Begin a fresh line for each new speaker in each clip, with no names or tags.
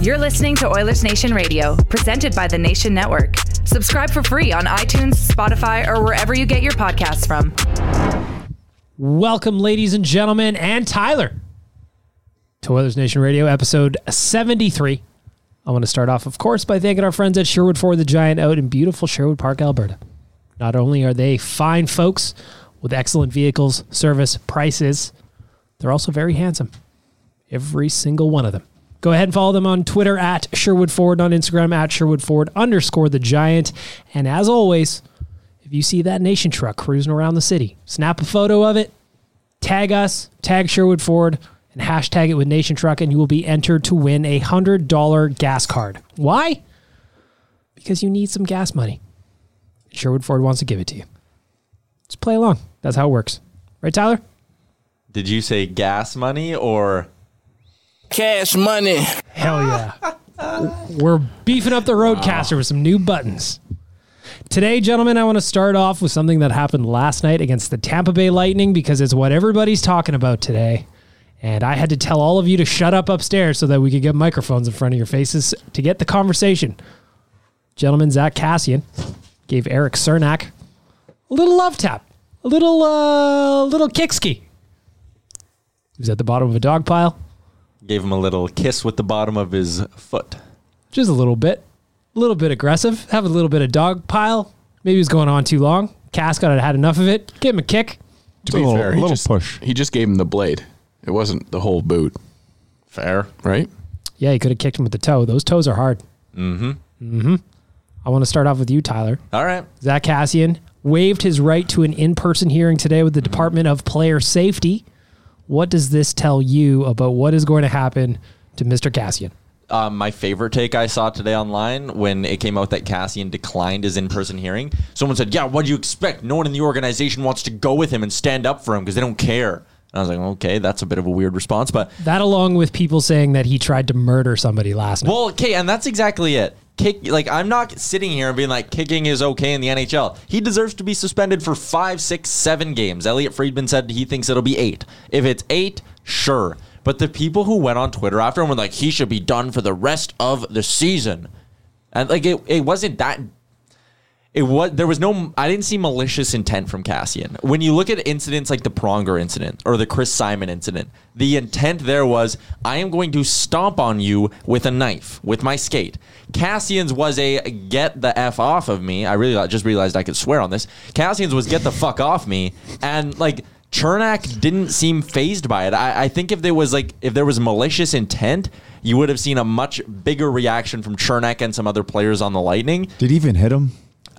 You're listening to Oilers Nation Radio, presented by the Nation Network. Subscribe for free on iTunes, Spotify, or wherever you get your podcasts from.
Welcome, ladies and gentlemen, and Tyler to Oilers Nation Radio, episode 73. I want to start off, of course, by thanking our friends at Sherwood Ford the Giant out in beautiful Sherwood Park, Alberta. Not only are they fine folks with excellent vehicles, service, prices, they're also very handsome. Every single one of them. Go ahead and follow them on Twitter at Sherwood Ford, on Instagram at Sherwood Ford underscore the giant. And as always, if you see that nation truck cruising around the city, snap a photo of it, tag us, tag Sherwood Ford, and hashtag it with Nation Truck, and you will be entered to win a hundred dollar gas card. Why? Because you need some gas money. Sherwood Ford wants to give it to you. Just play along. That's how it works. Right, Tyler?
Did you say gas money or
Cash money.
Hell yeah. We're beefing up the Roadcaster with some new buttons. Today, gentlemen, I want to start off with something that happened last night against the Tampa Bay Lightning because it's what everybody's talking about today. And I had to tell all of you to shut up upstairs so that we could get microphones in front of your faces to get the conversation. Gentlemen, Zach Cassian gave Eric Cernak a little love tap, a little uh, little kick ski. He was at the bottom of a dog pile.
gave him a little kiss with the bottom of his foot?
just a little bit, a little bit aggressive, have a little bit of dog pile. Maybe it was going on too long. Cass got had enough of it. Give him a kick.
To be
little-
fair, he
little
just,
push.
He just gave him the blade. It wasn't the whole boot,
Fair.
right?
Yeah, he could have kicked him with the toe. Those toes are hard. Mm-hmm. Mm-hmm. I want to start off with you, Tyler.
All right.
Zach Cassian waived his right to an in-person hearing today with the Department of Player Safety. What does this tell you about what is going to happen to Mr. Cassian?
Um, my favorite take I saw today online when it came out that Cassian declined his in person hearing. Someone said, Yeah, what do you expect? No one in the organization wants to go with him and stand up for him because they don't care. And I was like, Okay, that's a bit of a weird response. But,
That, along with people saying that he tried to murder somebody last night.
well, okay, and that's exactly it. Kick, like, I'm not sitting here and being like, kicking is okay in the NHL. He deserves to be suspended for five, six, seven games. Elliot Friedman said he thinks it'll be eight. If it's eight, sure. But the people who went on Twitter after him were like, he should be done for the rest of the season. And like it, it wasn't that. It was there was no. I didn't see malicious intent from Cassian. When you look at incidents like the Pronger incident or the Chris Simon incident, the intent there was I am going to stomp on you with a knife with my skate. Cassian's was a get the f off of me. I really I just realized I could swear on this. Cassian's was get the fuck off me, and like Chernak didn't seem phased by it. I, I think if there was like if there was malicious intent, you would have seen a much bigger reaction from Chernak and some other players on the Lightning.
Did he even hit him?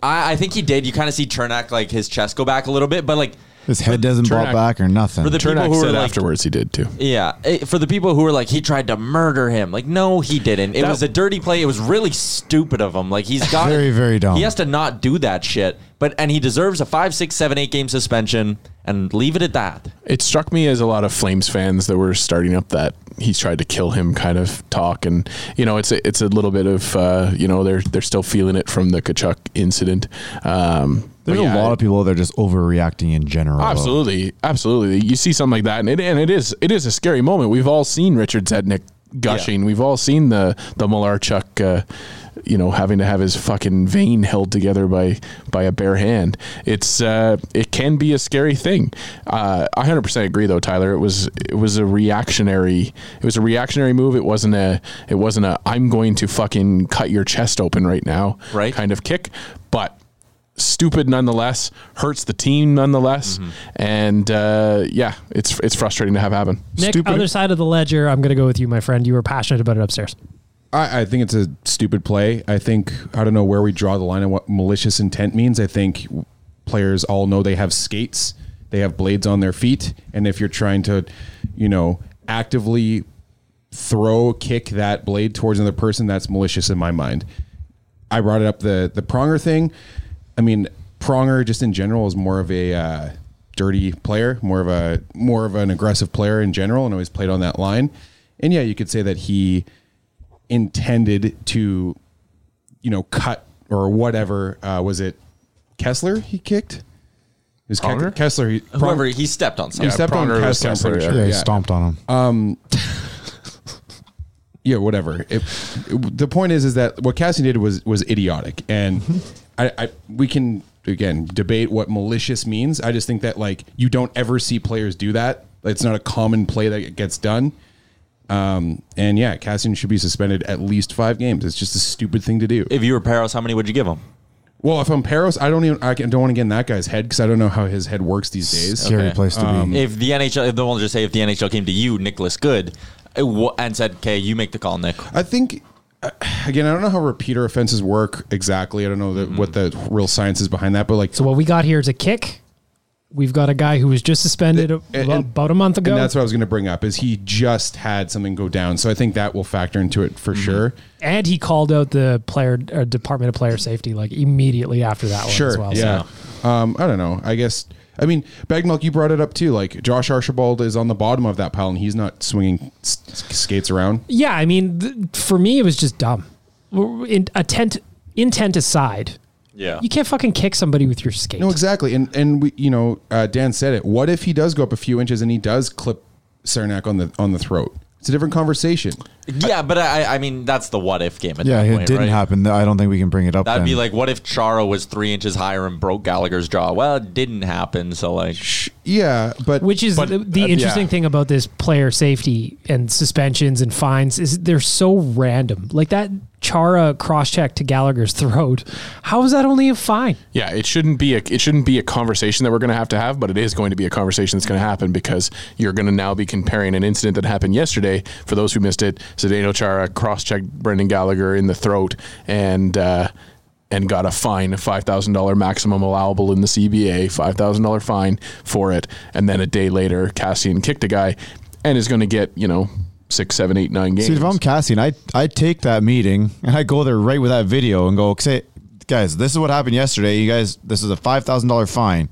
I, I think he did. You kind of see Chernak like his chest go back a little bit, but like
His head doesn't
Chernak-
bob back or nothing.
for the people
Chernak
who
said
were like,
afterwards he did too.
yeah, eh, for the people who were like, he tried to murder him. Like, no, he didn't. It
That-
was a dirty play. It was really stupid of him. Like, he's got
Very, very dumb.
He has to not do that shit. But and he deserves a five, six, seven, eight game suspension and leave it at that.
It struck me as a lot of Flames fans that were starting up that he's tried to kill him kind of talk, and you know it's a, it's a little bit of uh, you know they're they're still feeling it from the Kachuk incident. Um,
There's
but
a
yeah,
lot of people that are just overreacting in general. though.
Absolutely, absolutely. You see something like that, and it and it is it is a scary moment. We've all seen Richard Zednick gushing. We've all seen the the Malarchuk, uh, you know, having to have his fucking vein held together by by a bare hand. It's uh, it can be a scary thing. Uh, I hundred percent agree, though, Tyler. It was it was a reactionary. It was a reactionary move. It wasn't a it wasn't a I'm going to fucking cut your chest open right now,
Right.
Kind of kick, but stupid nonetheless, hurts the team nonetheless,
Mm-hmm.
and uh, yeah, it's it's frustrating to have happen.
Nick, other side of the ledger, I'm going to go with you, my friend. You were passionate about it upstairs.
I, I think it's a stupid play. I think I don't know where we draw the line and what malicious intent means. I think players all know they have skates, they have blades on their feet, and if you're trying to, you know, actively throw kick that blade towards another person, that's malicious in my mind. I brought it up the the Pronger thing. I mean, Pronger just in general is more of a uh, dirty player, more of a more of an aggressive player in general, and always played on that line. And yeah, you could say that he intended to, you know, cut or whatever. Uh, was it Kessler he kicked? It was Ke-
Pronger?
Kessler. He,
However, he stepped on
he
something.
stepped on
Pronger was
Kessler. I'm pretty
Kessler,
sure.
Yeah, he stomped on him.
Uh, yeah, whatever. It, it- the point is, is that what Cassian did was was idiotic, and I, I we can again debate what malicious means. I just think that like you don't ever see players do that. It's not a common play that gets done. Um, and yeah, Cassian should be suspended at least five games. It's just a stupid thing to do.
If you were Paros, how many would you give him?
well, if I'm Peros, I don't even I can- don't want to get in that guy's head because I don't know how his head works these days.
Scary place
Uh,
to
Mm-hmm.
be.
If the NHL, if the one just say if the NHL came to you, Nicholas Good, it wa- and said, "Okay, you make the call, Nick."
I think uh, again, I don't know how repeater offenses work exactly. I don't know the, what the real science is behind that, but like
So what we got here is a kick. We've got a guy who was just suspended a-
and-
about, about a month ago.
And that's what I was going to bring up is he just had something go down. So I think that will factor into it
Mm-hmm.
for sure.
and he called out the player uh, Department of Player Safety like immediately after that one
Sure.
Oh, as well.
yeah.
So
Um, I don't know. I guess, I mean, Bagmilk, you brought it up too. Like Josh Archibald is on the bottom of that pile and he's not swinging s- s- skates around.
yeah, I mean, th- for me, it was just dumb. In, intent, intent aside,
Yeah,
you can't fucking kick somebody with your skate.
No, exactly. And, and we, you know, uh, Dan said it. What if he does go up a few inches and he does clip Cernak on the, on the throat? It's a different conversation.
yeah, but I, I mean, that's the what if game. At
Yeah,
that
it
point,
didn't
right?
happen. I don't think we can bring it up.
That'd
then.
be like, what if Chara was three inches higher and broke Gallagher's jaw? Well, it didn't happen. So like,
Yeah. But
Which is
But,
the, the
uh,
interesting
yeah.
thing about this player safety and suspensions and fines is they're so random. Like that Chara cross check to Gallagher's throat. How is that only a fine?
Yeah, it shouldn't be a it shouldn't be a conversation that we're going to have to have, but it is going to be a conversation that's going to happen because you're going to now be comparing an incident that happened yesterday. For those who missed it, Zdeno Chara cross-checked Brendan Gallagher in the throat and. Uh, and got a fine, a five thousand dollar maximum allowable in the CBA, five thousand dollar fine for it, and then a day later, Cassian kicked a guy, and is going to get you know six, seven, eight, nine games.
See, if I'm Cassian, I I take that meeting and I go there right with that video and go, "Okay, guys, this is what happened yesterday. You guys, this is a five thousand dollar fine.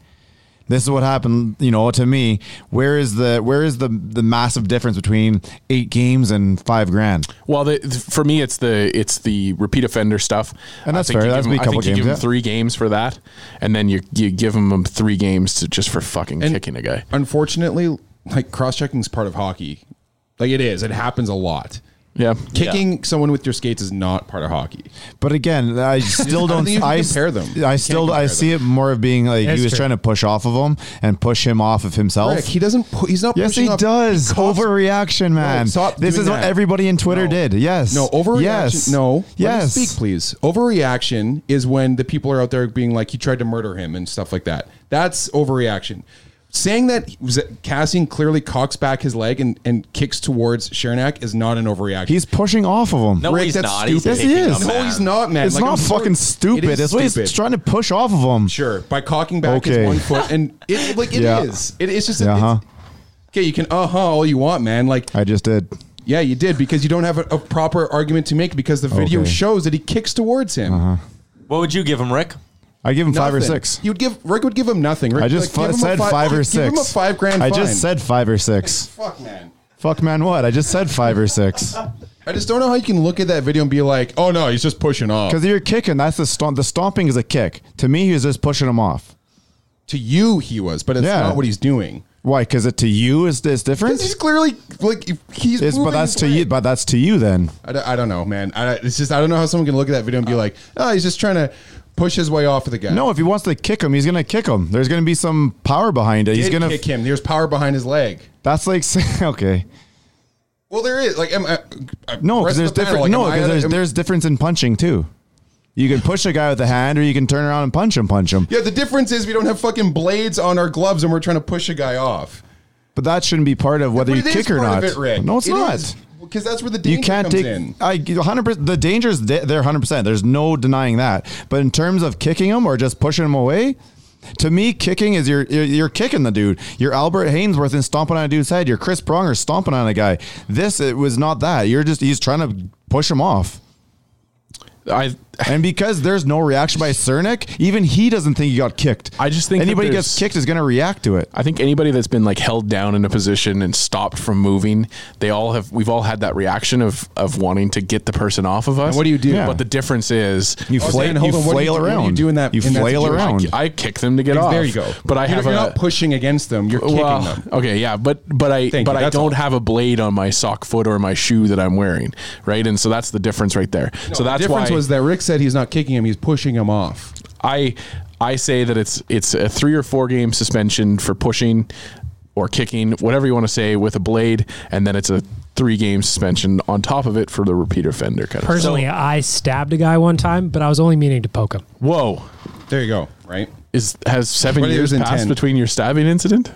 This is what happened. You know, to me, where is the where is the the massive difference between eight games and five grand?
Well, the, for me, it's the it's the repeat offender stuff,
And that's
I think
fair.
You
That'd
give
be
'em-
a
I
couple
think you give
games,
them
yeah.
three games for that, and then you you give them three games to just for fucking kicking a guy.
unfortunately, like cross checking is part of hockey. Like it is. It happens a lot.
Yeah,
Kicking someone with your skates is not part of hockey.
But again, I still
don't
don't.
think you can
I
compare them. You
I
can't
still I
compare
see it more of being like
That's
he was
true.
trying to push off of him and push him off of himself.
Rick, he doesn't. Pu- he's not.
Yes,
pushing
he
up.
does.
He coughs-
overreaction, man.
No, stop
this
doing
is what
that.
everybody in Twitter
No.
did. Yes.
No overreaction.
Yes.
No.
Yes.
Let me speak, please. Overreaction is when the people are out there being like, "He tried to murder him" and stuff like that. That's overreaction. saying that Cassian clearly cocks back his leg and, and kicks towards Chernak is not an overreaction.
He's pushing off of him.
No,
Rick,
he's
that's
not.
stupid.
He's
Yes, he
picking
is.
up,
No,
man.
he's not, man.
It's
Like,
not
I'm sorry.
fucking stupid.
It is
That's why he's
stupid.
trying to push off of him.
Sure, by cocking back
Okay.
his one foot, and it like it is.
Yeah.
It, it's just
Yeah,
it's-
huh.
okay. You can uh huh all you want, man. Like
I just did.
yeah, you did because you don't have a, a proper argument to make because the video
Okay.
shows that he kicks towards him.
What would you give him, Rick?
I give him five or
Nothing.
six.
You'd give Rick would give him nothing. Rick,
I just
like,
fu-
give him a
said five, or six.
Give him a five grand.
I
fine.
just said five or six.
fuck, man.
Fuck man, what? I just said five or six.
I just don't know how you can look at that video and be like, oh no, he's just pushing off.
Because you're kicking. That's the stomp. The stomping is a kick. To me, he was just pushing him off.
To you, he was, but it's
Yeah.
not what he's doing.
Why? Because it to you is is different.
Because he's clearly like he's.
It's, but
moving
that's
his
to you.
leg.
But that's to you then.
I don't, I don't know, man. I, it's just I don't know how someone can look at that video and be like, oh, he's just trying to push his way off of the guy.
No, if he wants to kick him, he's gonna kick him. There's gonna be some power behind it.
Did
He's gonna.
kick him. There's power behind his leg.
That's like saying- okay.
Well, there is like am, I- I-
No, because
rest
there's
of the
different.
panel, like,
no,
am I-
because there's
am-
there's difference in punching too. You can push a guy with a hand, or you can turn around and punch him, punch him.
yeah. The difference is we don't have fucking blades on our gloves and we're trying to push a guy off.
But that shouldn't be part of whether
But
you
it is
kick or
part
not.
of it, Rick.
No, it's not.
because that's where the danger
You can't
comes
take
in.
I 100%. The danger's de- there 100%. There's no denying that. But in terms of kicking him or just pushing him away, to me, kicking is you're, you're you're kicking the dude. You're Albert Hainsworth and stomping on a dude's head. You're Chris Pronger stomping on a guy. This it was not that. You're just he's trying to push him off.
I
And because there's no reaction by Cernick, even he doesn't think he got kicked.
I just think that
anybody
there's-
gets kicked is going to react to it.
I think anybody that's been like held down in a position and stopped from moving, they all have. We've all had that reaction of of wanting to get the person off of us.
what do you do?
Yeah.
But the difference is,
You,
Oh,
fla-
Dan, hold
you
on, what do you
flail
do- what do you
around.
do in that-
You
in that
flail
situation?
around.
I kick them to get off.
there you go.
But I
You're-
have
you're
a
not pushing against them. You're kicking
well,
them.
Okay, yeah, but but I
Thank
but
you,
I
that's
don't
all.
have a blade on my sock foot or my shoe that I'm wearing, right? And so that's the difference right there. so that's
the difference
why
was that Rick said he's not kicking him; he's pushing him off.
I I say that it's it's a three or four game suspension for pushing or kicking, whatever you want to say, with a blade, and then it's a three game suspension on top of it for the repeat offender. Kind of.
Personally, I stabbed a guy one time, but I was only meaning to poke him.
Whoa.
There you go. Right.
Is has seven
What
years
is
passed
intent?
between your stabbing incident?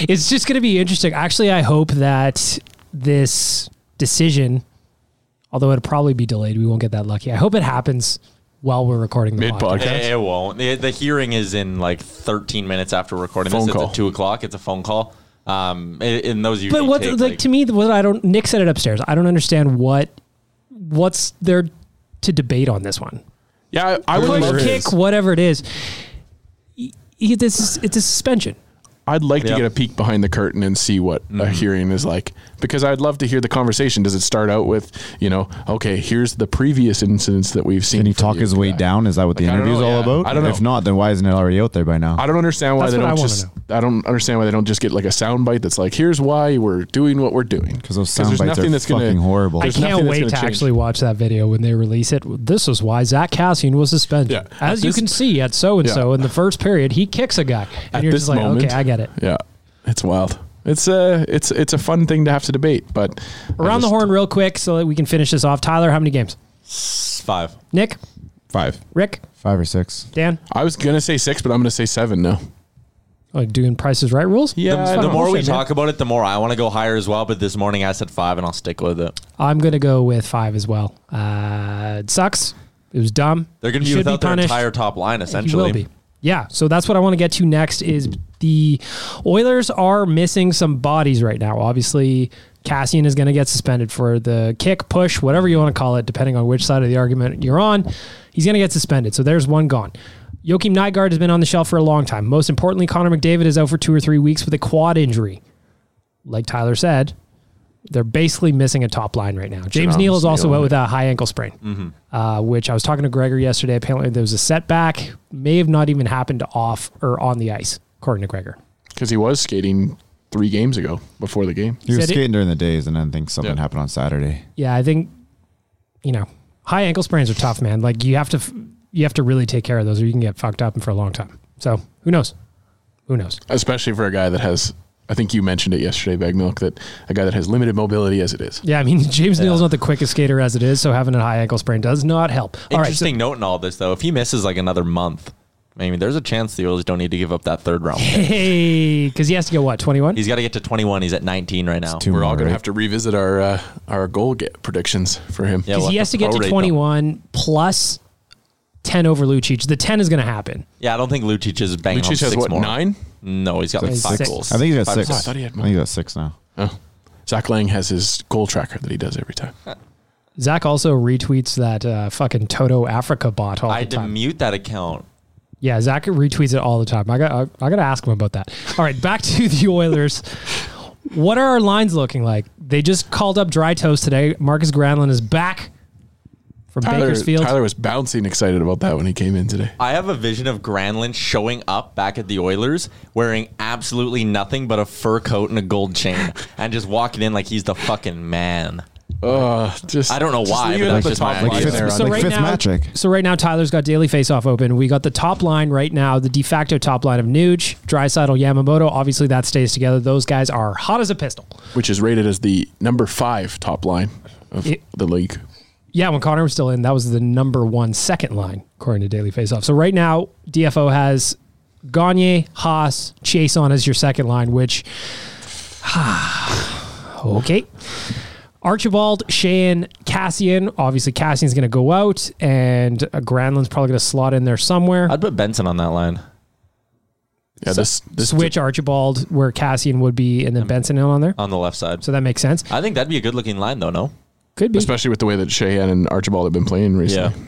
It's just going to be interesting. Actually, I hope that this decision, although it'll probably be delayed, we won't get that lucky. I hope it happens while we're recording the
Mid
podcast.
podcast.
It, it won't. The, the hearing is in like 13 minutes after recording
Phone
this.
call.
It's at two o'clock. It's a phone call. Um, and, and those usually
But what,
take,
like, to me, what I don't Nick said it upstairs. I don't understand what what's there to debate on this one.
Yeah, I, I would
Push,
love
There
Kick,
is.
whatever it is. Y- y- This is it's a suspension.
I'd like
Yeah.
to get a peek behind the curtain and see what a
Mm-hmm.
hearing is like because I'd love to hear the conversation. Does it start out with, you know, okay, here's the previous incidents that we've seen?
Can he
from
talk
you
his way
guy?
down? Is that what the
Like, I don't
interview's
know,
all
yeah.
about?
I don't know.
If not, then why isn't it already out there by now?
I don't understand why
That's
they
what I
don't
wanna
just. I don't understand why they don't just get like a soundbite that's like, "Here's why we're doing what we're doing." Because
those soundbites are fucking horrible.
I
There's
can't wait to actually watch that video when they release it. This is why Zach Cassian was suspended.
Yeah. At
As you
this-
can see at so and so
Yeah.
in the first period, he kicks a guy, and
At
you're
this
just like,
moment,
okay, I get it.
Yeah, it's wild. It's a it's it's a fun thing to have to debate, but I
Around the
just-
horn, real quick, so that we can finish this off. Tyler, how many games?
five.
Nick,
Five.
Rick,
Five or six.
Dan.
I was gonna say six, but I'm gonna say seven now.
Oh, doing prices right rules.
Yeah,
The more we
bullshit, man.
talk about it, the more I want to go higher as well. But this morning I said five, and I'll stick with it.
I'm gonna go with five as well. Uh, it sucks. It was dumb.
They're going to
Should
be without their
punished.
entire top line
You
essentially.
will be. Yeah, so that's what I want to get to next is the Oilers are missing some bodies right now. Obviously, Cassian is going to get suspended for the kick, push, whatever you want to call it, depending on which side of the argument you're on. He's going to get suspended. So there's one gone. Joachim Nygaard has been on the shelf for a long time. Most importantly, Connor McDavid is out for two or three weeks with a quad injury. Like Tyler said, they're basically missing a top line right now. James Neal is also out with a high ankle sprain uh, which I was talking to Gregor yesterday. Apparently, there was a setback, may have not even happened off or on the ice, according to Gregor.
because he was skating three games ago before the game.
He was
Said it-
skating during the days, and then think something
Yeah.
happened on Saturday.
Yeah, I think, you know, high ankle sprains are tough, man. Like you have to, f- you have to really take care of those, or you can get fucked up for a long time. So who knows? Who knows?
especially for a guy that has I think you mentioned it yesterday, Bag Milk, that a guy that has limited mobility as it is.
Yeah, I mean, James Neal's not the quickest skater as it is, so having a high ankle sprain does not help. All right, so-
Interesting note in all this though, if he misses like another month, Maybe there's a chance the Oilers don't need to give up that third round. pick.
Hey, because he has to go what twenty one?
He's got to get to 21. He's at 19 right now.
too
Oh, We're all
more,
going
right?
to have to revisit our uh, our goal get predictions for him.
Yeah,
Because
we'll
he
have
has to get to
prorate them.
21 plus 10 over Lucic. The 10 is going to happen.
Yeah, I don't think Lucic is banging
Lucic
home
has
six
what
more.
nine?
No, he's got like
He's
five
six.
goals.
I think he's got
Five
six.
goals.
I thought he had more.
I think he's got six now.
Oh. Zach Lang has his goal tracker that he does every time.
Zach also retweets that uh, fucking Toto Africa bot all
I
the
had to
time.
mute that account.
yeah, Zach retweets it all the time. I got I, I got to ask him about that. All right, back to the Oilers. What are our lines looking like? They just called up dry toast today. Marcus Granlund is back from
Tyler,
Bakersfield.
Tyler was bouncing excited about that when he came in today.
I have a vision of Granlund showing up back at the Oilers wearing absolutely nothing but a fur coat and a gold chain and just walking in like he's the fucking man.
Uh, just
I don't know
just
why,
leave
but
it
that's
at the
just
top
my
line
idea.
there on
So
the-
right
fifth
now,
magic.
so right now, Tyler's got daily faceoff open. We got the top line right now, the de facto top line of Nuge, Drysaddle, Yamamoto. Obviously, that stays together. Those guys are hot as a pistol.
which is rated as the number five top line of
It-
the league.
Yeah, when Connor was still in, that was the number one second line according to Daily Faceoff. So right now, DFO has Gagne, Haas, Chase on as your second line, which okay. Archibald, Shane, Cassian. Obviously, Cassian's going to go out, and uh, Granlund's probably going to slot in there somewhere.
I'd put Benson on that line.
Yeah, this, this
switch Archibald where Cassian would be, and then Benson in on there.
on the left side.
So that makes sense.
I think that'd be a good looking line, though. No,
Could be.
especially with the way that Cheyenne and Archibald have been playing recently.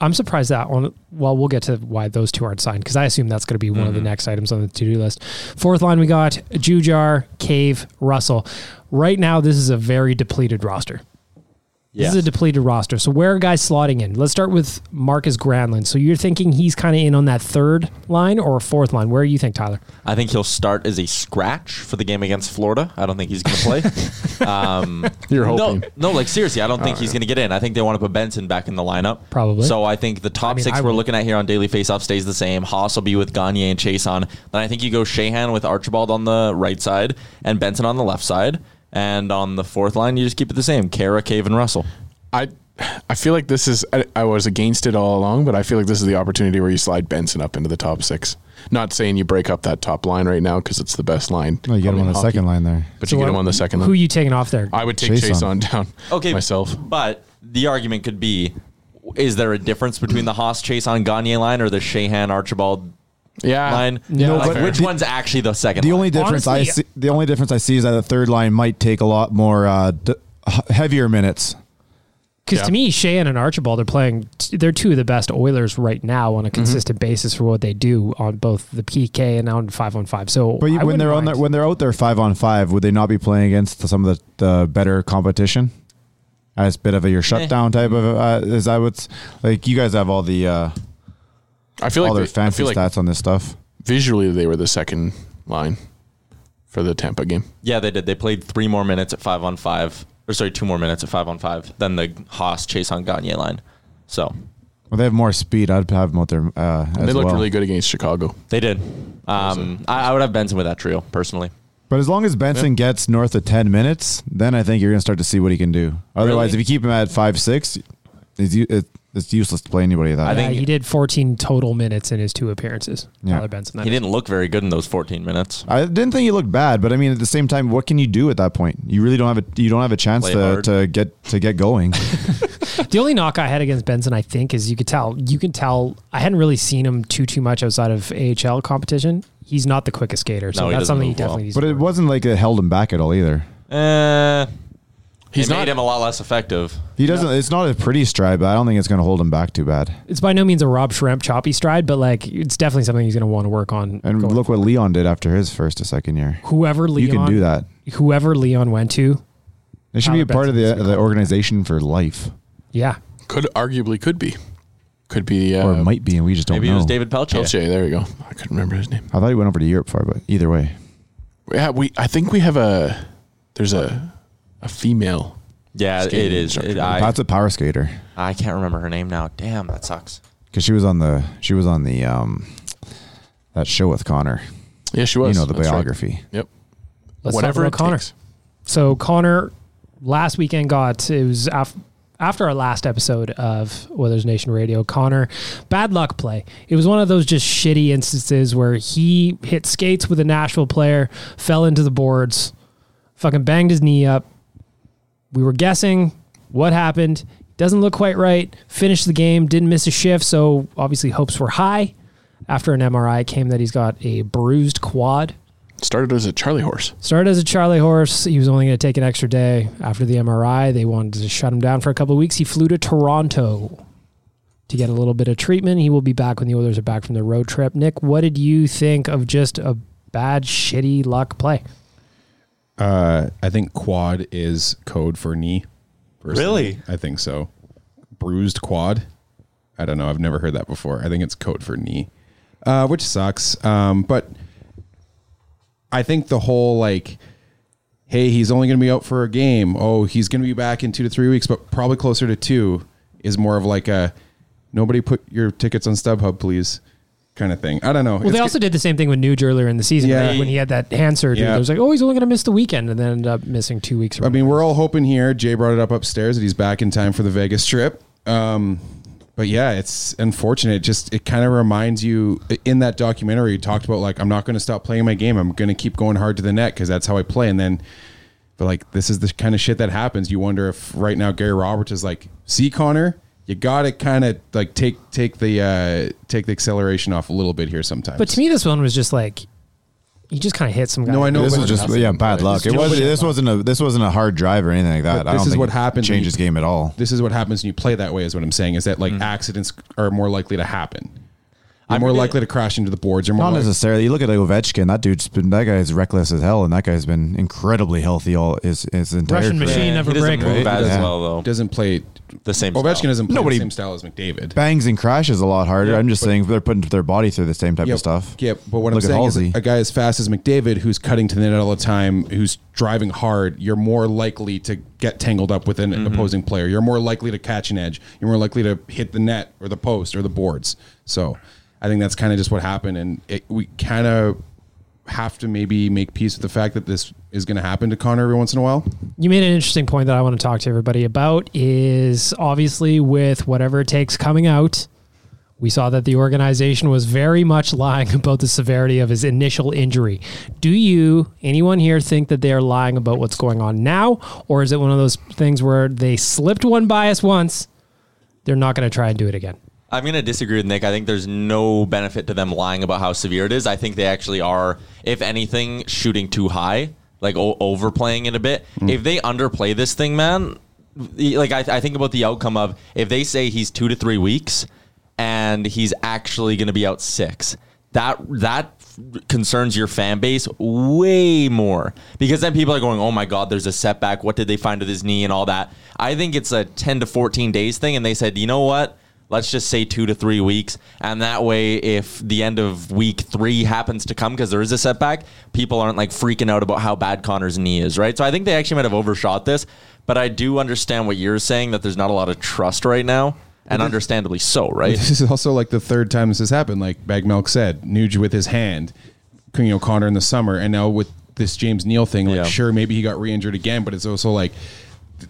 I'm surprised that one. Well, we'll get to why those two aren't signed because I assume that's going to be one of
Mm-hmm.
the next items on the to do list. Fourth line, we got Jujar, Cave, Russell. Right now, this is a very depleted roster. This is a depleted roster. So where are guys slotting in? Let's start with Marcus Granlund. So you're thinking he's kind of in on that third line or fourth line? Where do you think, Tyler?
I think he'll start as a scratch for the game against Florida. I don't think he's going to play. um,
You're
no,
hoping.
no, like seriously, I don't think he's going to get in. I think they want to put Benson back in the lineup.
Probably.
So I think the top
I mean,
six
I
we're
would-
looking at here on Daily Faceoff stays the same. Haas will be with Gagne and Chase on. Then I think you go Shahan with Archibald on the right side and Benson on the left side. And on the fourth line, you just keep it the same. Kara, Cave, and Russell.
I I feel like this is I, I was against it all along, but I feel like this is the opportunity where you slide Benson up into the top six. Not saying you break up that top line right now because it's the best line.
No, you got him
probably
on the
in hockey,
second line there.
but
So
you get
what-
him on the second.
Who
line.
you taking off there?
I would take
Chase
Chase,
on.
on. down.
Okay,
myself.
But the argument could be: Is there a difference between the Haas Chase on Gagne line or the Shahan Archibald
Yeah,
line?
No,
Ah. Like,
but
which
the-
one's actually the second?
The
line?
only difference I
Honestly,
see, the only difference I see is that the third line might take a lot more uh, d- h- heavier minutes.
Because
Yeah.
to me, Cheyenne and Archibald are playing. t- They're two of the best Oilers right now
Mm-hmm.
on a consistent basis for what they do on both the PK and on five on five. So,
But
I
you, when
wouldn't
they're on
mind.
their, when they're out there five on five, would they not be playing against some of the, the better competition? As a bit of a your shutdown type of uh, is that what's like you guys have all the uh,
I feel
all
like
their
they, I
fancy
feel like
stats on this stuff.
visually they were the second line for the Tampa game.
yeah, they did. They played three more minutes at five on five, or sorry, two more minutes at five on five than the Haas Chase on Gagne line. So
Well, they have more speed. I'd have them out there uh, as
they looked
well.
really good against Chicago.
they did. Um, I, I would have Benson with that trio personally.
But as long as Benson gets north of ten minutes, then I think you're going to start to see what he can do. Otherwise,
Really?
if you keep him at five six, it's, u- it- it's useless to play anybody that.
I
yeah,
think-
he did 14 total minutes in his two appearances.
Yeah.
Tyler Benson. that
He
is.
didn't look very good in those 14 minutes.
I didn't think he looked bad, but I mean, at the same time, what can you do at that point? You really don't have a you don't have a chance
Play
to,
hard.
to get to get going.
The only knock I had against Benson, I think, is you could tell. You can tell. I hadn't really seen him too too much outside of AHL competition. He's not the quickest skater, so
No, he
that's
doesn't
something he
move well.
definitely needs.
but
to
it
work.
wasn't like it held him back at all either.
Uh,
He's
it made
not-
him a lot less effective.
He doesn't. It's not a pretty stride, but I don't think it's going to hold him back too bad.
It's by no means a Rob Shrimp choppy stride, but like it's definitely something he's going to want to work on.
And
going
look what Leon did after his first to second year.
whoever Leon
you can do that.
Whoever Leon went to,
It should be
Tyler
a part of the
Benson's
the organization for life,
yeah,
Could arguably could be, could be uh,
or it might be, and we just don't
Maybe
know.
it was David Pelche.
Pelche, there you go. I couldn't remember his name.
I thought he went over to Europe for, it, but either way,
Yeah, we. I think we have a. There's a, a female.
Yeah,
Skating
it is.
instructor.
It- I,
that's a power skater
I can't remember her name now. Damn, that sucks.
because she was on the she was on the um that show with Connor.
Yeah, she was.
you know the
That's right.
biography.
Yep.
Let's talk
Whatever
about
it
Connor.
takes.
So Connor last weekend got it was af- after our last episode of Weathers Nation Radio, Connor, bad luck play. It was one of those just shitty instances where he hit skates with a Nashville player, fell into the boards, fucking banged his knee up. We were guessing what happened. Doesn't look quite right. Finished the game, didn't miss a shift, so obviously hopes were high. After an MRI came that he's got a bruised quad.
Started as a Charlie horse.
Started as a Charlie horse. He was only going to take an extra day after the MRI. They wanted to shut him down for a couple of weeks. He flew to Toronto to get a little bit of treatment. He will be back when the Oilers are back from their road trip. Nick, what did you think of just a bad, shitty luck play?
Uh, I think quad is code for knee. personally.
Really?
I think so. Bruised quad. I don't know. I've never heard that before. I think it's code for knee, uh, which sucks. Um, but I think the whole like, hey, he's only going to be out for a game. Oh, he's going to be back in two to three weeks, but probably closer to two is more of like a nobody put your tickets on StubHub, please, kind of thing. I don't know.
Well, they also did the same thing with Nuge earlier in the season
Yeah.
right? when he had that hand surgery.
Yeah.
It was like, oh, he's only going to miss the weekend and then ended up missing two weeks. or
I mean, we're all hoping here. Jay brought it up upstairs that he's back in time for the Vegas trip. Um, but yeah, it's unfortunate. Just it kind of reminds you in that documentary you talked about like I'm not going to stop playing my game. I'm going to keep going hard to the net because that's how I play. And then, but like this is the kind of shit that happens. You wonder if right now Gary Roberts is like, see Connor, you got to kind of like take take the uh, take the acceleration off a little bit here sometimes.
But to me, this one was just like, you just kind of hit some guy.
No, I know,
This
but-
was just yeah, bad luck. It was this wasn't a this wasn't a hard drive or anything like that.
But
I
this
don't
is
think
what
it
happened when
Changes
you-
game at all.
this is what happens when you play that way is what i'm saying is that
Mm-hmm.
like accidents are more likely to happen i'm more likely to crash into the boards or more
Not
likely-
necessarily. You look at like Ovechkin. That dude's been that guy's reckless as hell, and that guy's been incredibly healthy all his his entire
Russian
career.
machine of
Eh, he
a
doesn't
break.
move
right?
that as
Yeah.
well though.
doesn't play
The same.
ovechkin
style.
doesn't play
Nobody-
the same style as mcdavid
Bangs and crashes a lot harder. I'm just saying they're putting their body through the same type
Yeah,
of stuff.
yeah but what
Look at
i'm saying is
Halsey.
a guy as fast as mcdavid who's cutting to the net all the time who's driving hard you're more likely to get tangled up with an opposing player you're more likely to catch an edge you're more likely to hit the net or the post or the boards so i think that's kind of just what happened and it, we kind of have to maybe make peace with the fact that this is going to happen to Connor every once in a while.
You made an interesting point that I want to talk to everybody about is obviously with whatever it takes coming out. We saw that the organization was very much lying about the severity of his initial injury. Do you, anyone here, think that they are lying about what's going on now? Or is it one of those things where they slipped one bias once, they're not going to try and do it again?
I'm going to disagree with Nick. I think there's no benefit to them lying about how severe it is. I think they actually are, if anything, shooting too high, like o- overplaying it a bit. If they underplay this thing, man, the- like I, I think about the outcome of if they say he's two to three weeks and he's actually going to be out six. That that concerns your fan base way more because then people are going, "Oh my God, there's a setback. What did they find with his knee and all that?" I think it's a ten to fourteen days thing, and they said, "You know what?" let's just say two to three weeks. And that way, if the end of week three happens to come because there is a setback, people aren't like freaking out about how bad Connor's knee is, right? So I think they actually might have overshot this, but I do understand what you're saying that there's not a lot of trust right now, and understandably so, right?
This is also like the third time this has happened. Like Bagmelk said, Nuge with his hand, you know, Connor in the summer, and now with this James Neal thing. Like,
Yeah.
sure, maybe he got re-injured again, but it's also like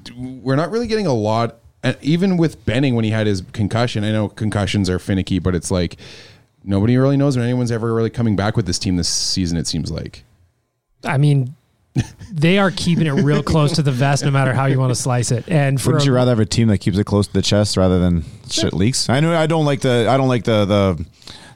th- we're not really getting a lot. And even with Benning when he had his concussion, I know concussions are finicky, but it's like nobody really knows when anyone's ever really coming back with this team this season. It seems like.
I mean, they are keeping it real close to the vest, no matter how you want to slice it. And for
Wouldn't
a-
you rather have a team that keeps it close to the chest rather than shit leaks? I know I don't like the I don't like the the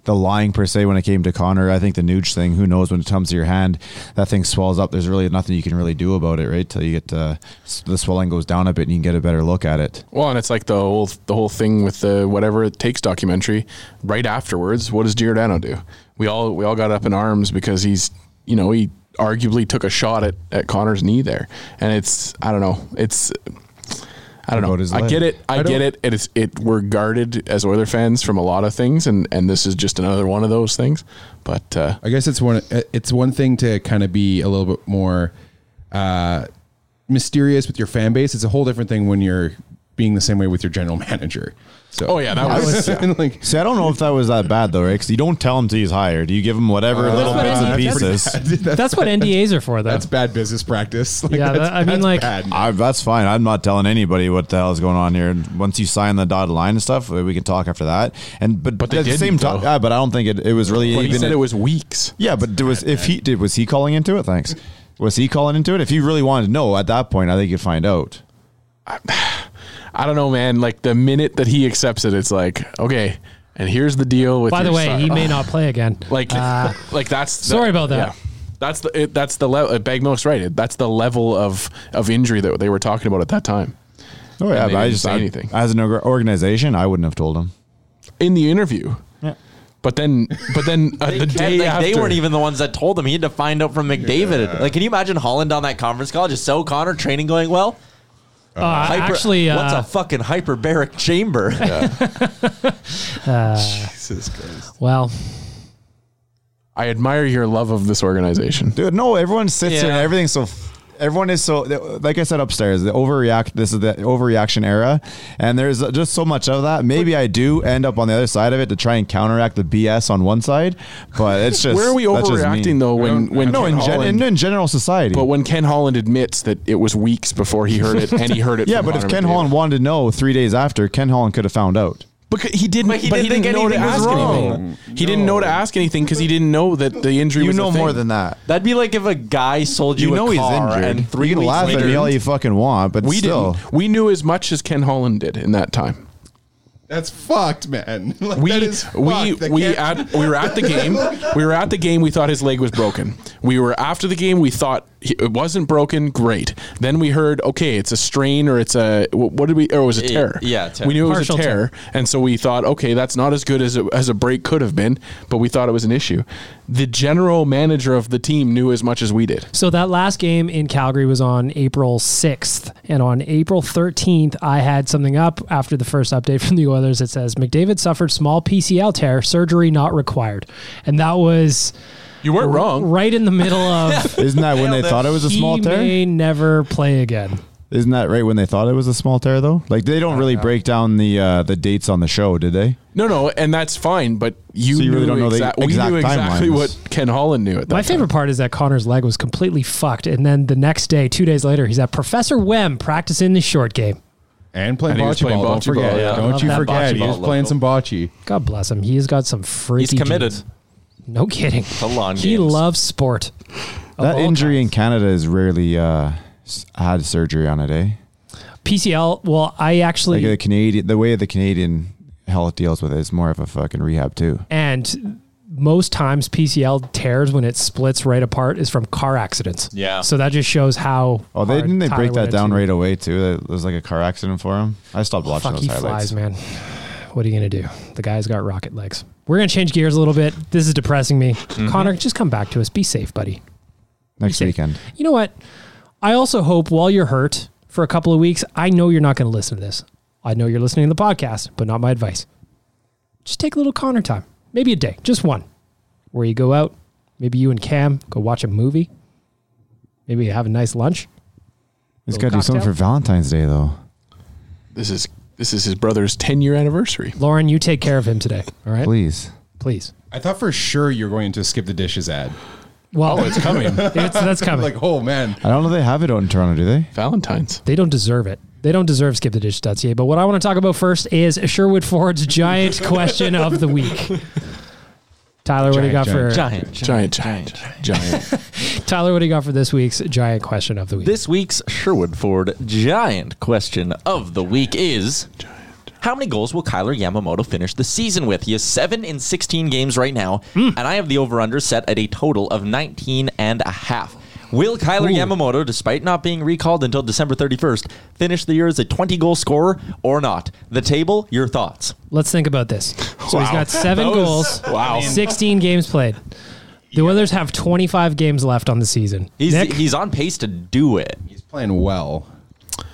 the lying per se when it came to Connor. I think the Nuge thing. Who knows when it comes to your hand, that thing swells up. There's really nothing you can really do about it, right? Till you get uh, s- the swelling goes down a bit and you can get a better look at it.
Well, and it's like the whole the whole thing with the whatever it takes documentary. Right afterwards, what does Giordano do? We all we all got up in arms because he's you know he arguably took a shot at, at Connor's knee there, and it's I don't know it's. I don't
About
know.
his
I
leg.
get it. I,
I don't-
get it. It is. It we're guarded as Oiler fans from a lot of things, and and this is just another one of those things. But uh,
I guess it's one it's one thing to kind of be a little bit more uh, mysterious with your fan base. It's a whole different thing when you're being the same way with your general manager. So
Oh yeah, that was
like
See, I don't know if that was that bad though, right? Because you don't tell him till he's hired. You give him whatever little
Uh, that's
bits
what
and
I mean.
pieces.
That's, what NDAs are for, though.
that's bad business practice. Like,
Yeah,
that's,
that- I mean,
that's
like-
bad.
I, that's fine. I'm not telling anybody what the hell is going on here. And Once you sign the dotted line and stuff, we can talk after that. And but,
But they
at the
didn't,
same time,
though.
yeah, but I don't think it, it was really
But he
even.
said it was weeks.
yeah, but it was if he did was he calling into it? Thanks. Was he calling into it? If you really wanted to know at that point, I think you'd find out.
I don't know, man. Like the minute that he accepts it, it's like okay, and here's the deal with.
By the
your
way,
son.
he may not play again. Uh,
like like that's the-
Sorry about that.
That's the it, that's the level. Bagmilk's right. It, that's the level of of injury that they were talking about at that time
Oh yeah,
they
but I
didn't
just
say
I-
anything.
as an org- organization, I wouldn't have told him.
in the interview. Yeah. But then, but then uh,
They
the
kept-
day
like,
after,
they weren't even the ones that told him. He had to find out from McDavid. Like, can you imagine Holland on that conference call? Just so Connor training going well.
Uh, actually, uh,
what's a fucking hyperbaric chamber?
Jesus Christ.
uh, well,
I admire your love of this organization.
Dude, no, everyone sits there and
Yeah.
everything's so. Everyone is so, like I said upstairs, the overreact. This is the overreaction era, and there's just so much of that. Maybe I do end up on the other side of it to try and counteract the BS on one side, but it's just
Where are we
that's just me.
overreacting though? When when
No,
Ken
in, gen,
Holland-
in, in general society.
But when Ken Holland admits that it was weeks before he heard it, and he heard it,
yeah,
from
but if
Connor
Ken
McDavid.
Holland wanted to know three days after, Ken Holland could have found out.
because he didn't,
But
but
he
he didn't,
didn't think
know to
anything was
ask
wrong.
anything. He didn't know to ask anything because he didn't know that the injury.
You
was a
know
thing.
more than that.
That'd be like if a guy sold you,
You
a
know he's
car
injured.
and three
you can
weeks
laugh
later
at me all you fucking want, but
We
still,
didn't. We knew as much as Ken Holland did in that time.
That's fucked, man. Like,
We
that is
we
fucked. That
we
can't-
at we were at the game. We were at the game. We thought his leg was broken. We were after the game. We thought he, it wasn't broken. Great. Then we heard, okay, it's a strain or it's a wh- what did we? Or it was a tear.
yeah, tear.
we knew it was a
Partial
tear, and so we thought, okay, that's not as good as a, as a break could have been, but we thought it was an issue. The general manager of the team knew as much as we did.
so that last game in Calgary was on April 6th. And on April 13th, I had something up after the first update from the Oilers that says McDavid suffered small PCL tear, surgery not required. And that was
You weren't wrong.
right in the middle of.
isn't that when they thought it was a small
he
tear?
may never play again.
Isn't that right when they thought it was a small tear though? Like they don't really break down the uh, the dates on the show, did they?
No, no, and that's fine. But you,
So you
knew
really don't know the
exact- we
exact
knew exactly
timelines.
what Ken Holland knew at that.
My
time.
favorite part is that Connor's leg was completely fucked, and then the next day, two days later, he's at Professor Wem practicing the short game.
and
And
playing
he was
bocce
playing
ball.
bocce
Don't forget.
ball, yeah.
Don't
Love
you
that
forget.
bocce
He
ball
was playing some bocce.
God bless him. He has got some freaky.
he's committed
genes. No kidding.
to lawn
He
games.
loves sport. Of
That
all
injury in
kinds.
Canada is rarely uh, s- had surgery on it, eh?
PCL. Well, I
Like
actually
the Canadian, the way the Canadian health deals with it is more of a fucking rehab too.
and most times PCL tears when it splits right apart is from car accidents.
Yeah.
So that just shows how.
Oh, they
hard
didn't they
Tyler
break
went
that down
into-
right away too? It was like a car accident for him. I stopped watching
Fuck,
those
he
highlights.
flies, man. What are you gonna do? The guy's got rocket legs. We're gonna change gears a little bit. This is depressing me.
Mm-hmm.
Connor, just come back to us. Be safe, buddy.
Next
Be safe.
weekend,
You know what? I also hope while you're hurt for a couple of weeks, I know you're not gonna listen to this. I know you're listening to the podcast, but not my advice. Just take a little Connor time. Maybe a day, just one. Where you go out, maybe you and Cam go watch a movie. Maybe have a nice lunch.
he's got
Little
to do something
cocktail.
for Valentine's Day though.
This is this is his brother's ten year anniversary.
Lauren, you take care of him today. All right?
Please,
Please.
I thought for sure you were going to skip the dishes ad.
Well, it's
coming.
that's coming.
Like, oh man.
I don't know if they have it out in Toronto, do they?
Valentine's.
They don't deserve it. They don't deserve skip the ditch.ca. But what I want to talk about first is Sherwood Ford's giant question of the week. Tyler, what do you got
Giant, giant,
for
Giant.
Giant, giant, giant.
Tyler? What do you got for this week's giant question of the week?
This week's Sherwood Ford giant question of the week is How many goals will Kyler Yamamoto finish the season with? He is 7 in 16 games right now,
Hmm.
and I have the over under set at a total of 19 and a half. Will Kyler Yamamoto, despite not being recalled until December 31st, finish the year as a 20 goal scorer or not? The table, your thoughts.
Let's think about this. So he's
Wow.
got seven
That was-
goals,
wow.
16 games played. The Oilers have 25 games left on the season.
He's,
Nick,
he's on pace to do it.
He's playing well.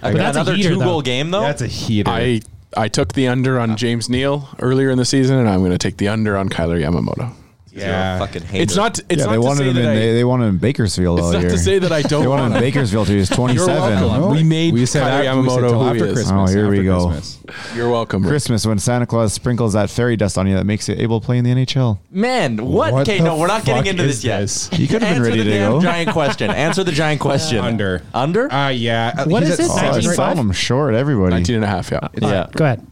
that's a
Another
heater,
two goal
though.
game, though?
That's a heater.
I I took the under on James Neal earlier in the season, and I'm going to take the under on Kyler Yamamoto.
Yeah. fucking hater.
It's not. It's
yeah,
not
they
to
wanted
say
him in.
that I-
they, they wanted him in Bakersfield all
It's not
year.
to say that I don't
They wanted him
want him.
in Bakersfield till he's
You're
27.
welcome. We made we said Kyler
after- we said
Yamamoto
till
who
after
he is.
Christmas.
Oh, here we
after
go.
Christmas.
You're welcome. Rick.
Christmas when Santa Claus sprinkles that fairy dust on you that makes you able to play in the NHL.
Man, what?
What
okay,
the
no, we're not getting
fuck
into
is
this yet.
this?
You could have been
Answer
ready
the
to
damn
go.
giant question. Answer the giant question.
Under.
Under?
Uh, yeah. Uh,
What
he's
is
at
it?
seven
Oh,
right
Nineteen
I
now.
sell him short, everybody.
19 and a half. Yeah.
yeah.
Go ahead.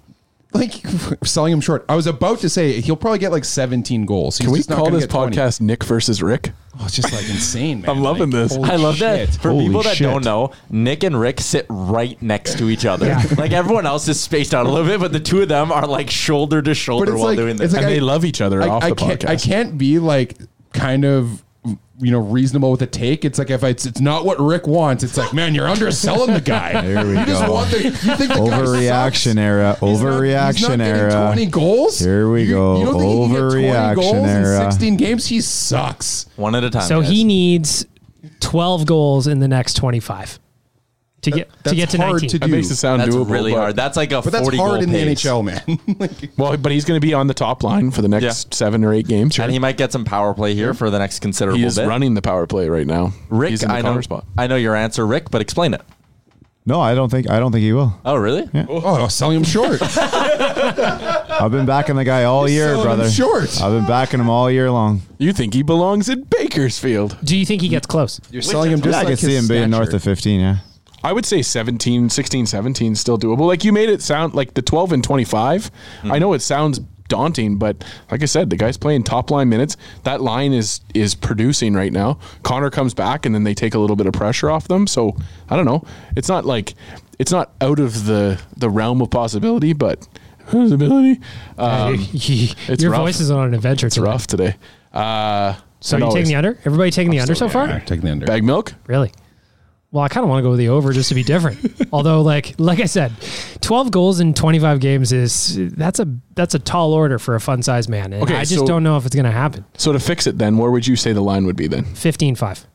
like selling him short. I was about to say he'll probably get like 17 goals. He's
Can we
just not
call
gonna
this
get 20.
podcast Nick versus Rick?
Oh, it's just like insane, man.
I'm loving
Like,
this.
holy
I
I love
shit.
that. For
Holy
people that
shit.
don't know, Nick and Rick sit right next to each other. Like everyone else is spaced out a little bit, but the two of them are like shoulder to shoulder
it's
while
like-
doing this.
it's like
and
I-
they love each other
I,
off
I
the
can't,
podcast.
I can't be like kind of you know reasonable with a take. It's like if I, it's, it's not what Rick wants, it's like man, you're underselling the guy.
There we
you just
go.
want the, you think the guy sucks?
Overreaction era.
He's not- he's not
Overreaction
getting
era.
20 goals.
Here we
You-
go.
You don't think he can get 20
Overreaction
goals
era.
in 16 games? He sucks.
One at a time.
So
guys.
he needs 12 goals in the next 25 to get to
that's
get to
hard
19.
to
that makes it sound
That's
doable.
really
but-
hard. That's like a
But that's
40
hard
goal
in
pace.
the NHL, man. like,
Well, but he's going to be on the top line for the next
Yeah.
seven or eight games.
And he might get some power play here for the next considerable
He's
bit.
running the power play right now.
Rick,
he's in the
I know
counter spot.
I know your answer, Rick, but explain it.
No, I don't think I don't think he will.
Oh, really?
oh, I'll sell him short.
I've been backing the guy all year,
selling him
brother.
short.
I've been backing him all year long.
You think he belongs in Bakersfield?
Do you think he gets close?
You're selling him just
yeah, I
like
can see
his
him being
stature.
north of 15. Yeah.
I would say 17, 16, 17 is still doable. Like you made it sound like the 12 and 25. I know it sounds daunting, but like I said, the guy's playing top line minutes. That line is is producing right now. Connor comes back and then they take a little bit of pressure off them. So, I don't know. It's not like it's not out of the the realm of possibility, but possibility. Um, it's
Your
rough.
voice is on an adventure.
it's rough today. Uh,
So you're taking the under? Everybody taking the under so far?
Yeah, take the under.
bag milk?
Really? Well, I kind of want to go with the over just to be different. Although, like like I said, twelve goals in twenty five games is that's a that's a tall order for a fun sized man. And
Okay,
I just
so-
don't know if it's going to happen.
So to fix it, then where would you say the line would be then?
15-5.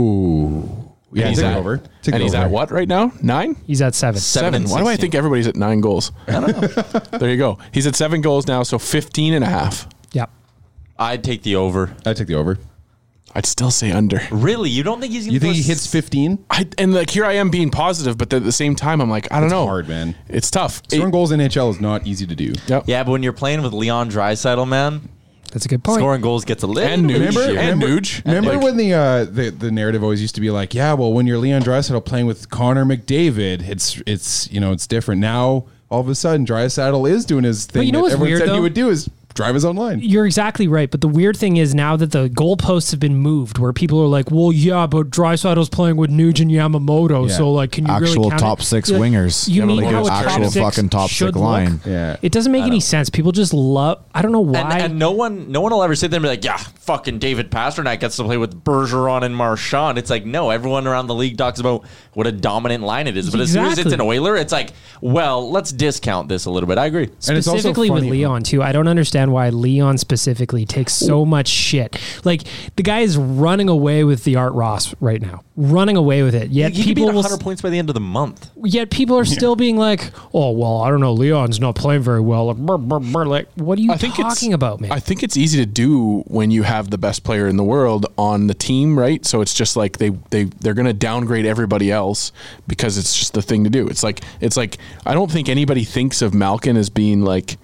Ooh. Yeah,
he's
take
at-
it over.
and
Take it
he's
over.
at what right now? Nine,
He's at seven.
Seven.
Why do I think everybody's at nine goals? I don't know. there you go. He's at seven goals now, so 15 and a half.
Yep.
I'd take the over.
I take the over.
I'd still say under.
Really? You don't think he's going to
You think he hits 15?
I, and like here I am being positive, but at the same time I'm like I don't know.
hard, man.
It's tough.
Scoring
It-
goals in NHL is not easy to do.
Yep.
Yeah, but when you're playing with Leon Drysaddle, man,
That's a good point.
scoring goals gets a little
And Nuge.
easier.
and Nuge.
Remember
Like,
when the, uh, the the narrative always used to be like, yeah, well, when you're Leon Draisaitl playing with Connor McDavid, it's it's you know it's different. Now all of a sudden, Draisaitl is doing his thing.
you know
that
what's
everyone
weird,
said he
though?
would do is drive his own line.
You're exactly right. But the weird thing is now that the goalposts have been moved, where people are like, "Well, yeah, but Drysaddle's playing with Nuge and Yamamoto,
Yeah.
so like, can you really
Actual
count
top
it?
six
Yeah.
wingers.
You
Yeah,
mean
like
how
an
a top
actual
six
fucking top
should
six
look?
line.
Yeah.
It doesn't make any sense. People just love. I don't know why.
And, and no one, no one will ever sit there and be like, "Yeah, fucking David Pasternak gets to play with Bergeron and Marchand." It's like, no, everyone around the league talks about what a dominant line it is, but as soon as
Exactly.
it's an Oiler, it's like, well, let's discount this a little bit. I agree.
And it's also
specifically with
funny-
Leon too. I don't understand why Leon specifically takes so much shit. Like the guy is running away with the Art Ross right now, running away with it. Yet
You could be
people will,
100 points by the end of the month.
yet people are still being like, "Oh well, I don't know. Leon's not playing very well." Like, brr, brr, brr. like what are you
I think it's-
talking about, man?
I think it's easy to do when you have the best player in the world on the team, right? So it's just like they they they're going to downgrade everybody else because it's just the thing to do. It's like it's like I don't think anybody thinks of Malkin as being like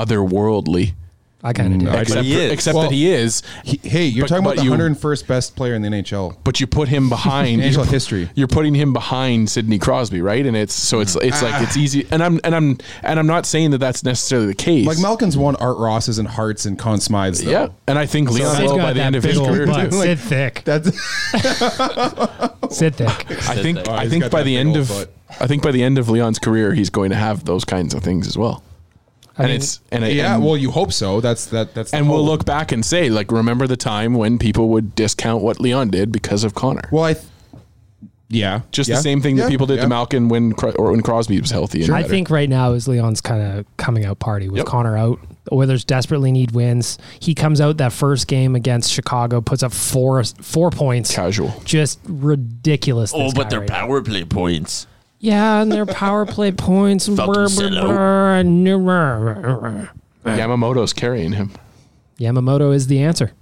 otherworldly,
I kind of do.
I-
except
he
for-
is.
except
Well,
that he is.
He- hey, you're
But-
talking about
but
the
you-
101st best player in the NHL.
But you put him behind
NHL
you're pu-
history.
You're putting him behind Sidney Crosby, right? And it's so it's it's like
Ah.
it's easy. And I'm and I'm and I'm not saying that that's necessarily the case.
Like Malkin's won Art Rosses and Hearts and Conn Smythes. Though.
yeah. And I think Leon
Sid's
will
got
by the
that
end of
big
his
old
career
butt.
too.
Sit thick.
that's
Sit thick.
I think
there.
I
Oh, he's
think
got
by
that
the
big
end
old
of
butt.
I think by the end of Leon's career, he's going to have those kinds of things as well. and
mean-
it's and it-
yeah.
and,
Well, oh. you hope so. That's that. That's the
and we'll
hope.
look back and say like, remember the time when people would discount what Leon did because of Connor.
Well, I. Th- yeah.
Just
yeah,
the same thing
yeah,
that people did
yeah.
to Malkin when Cro- or when Crosby was healthy. And
I
better.
think right now is Leon's kind of coming out party with Connor out. The Oilers desperately need wins. He comes out that first game against Chicago, puts up four four points.
Casual.
Just ridiculous.
Oh,
this
but
guy
their
right now.
power play points.
Yeah, and their power play points. and
Fucking
brr, brr,
sellout.
brr, and brr, brr, brr.
Yamamoto's carrying him.
Yamamoto is the answer.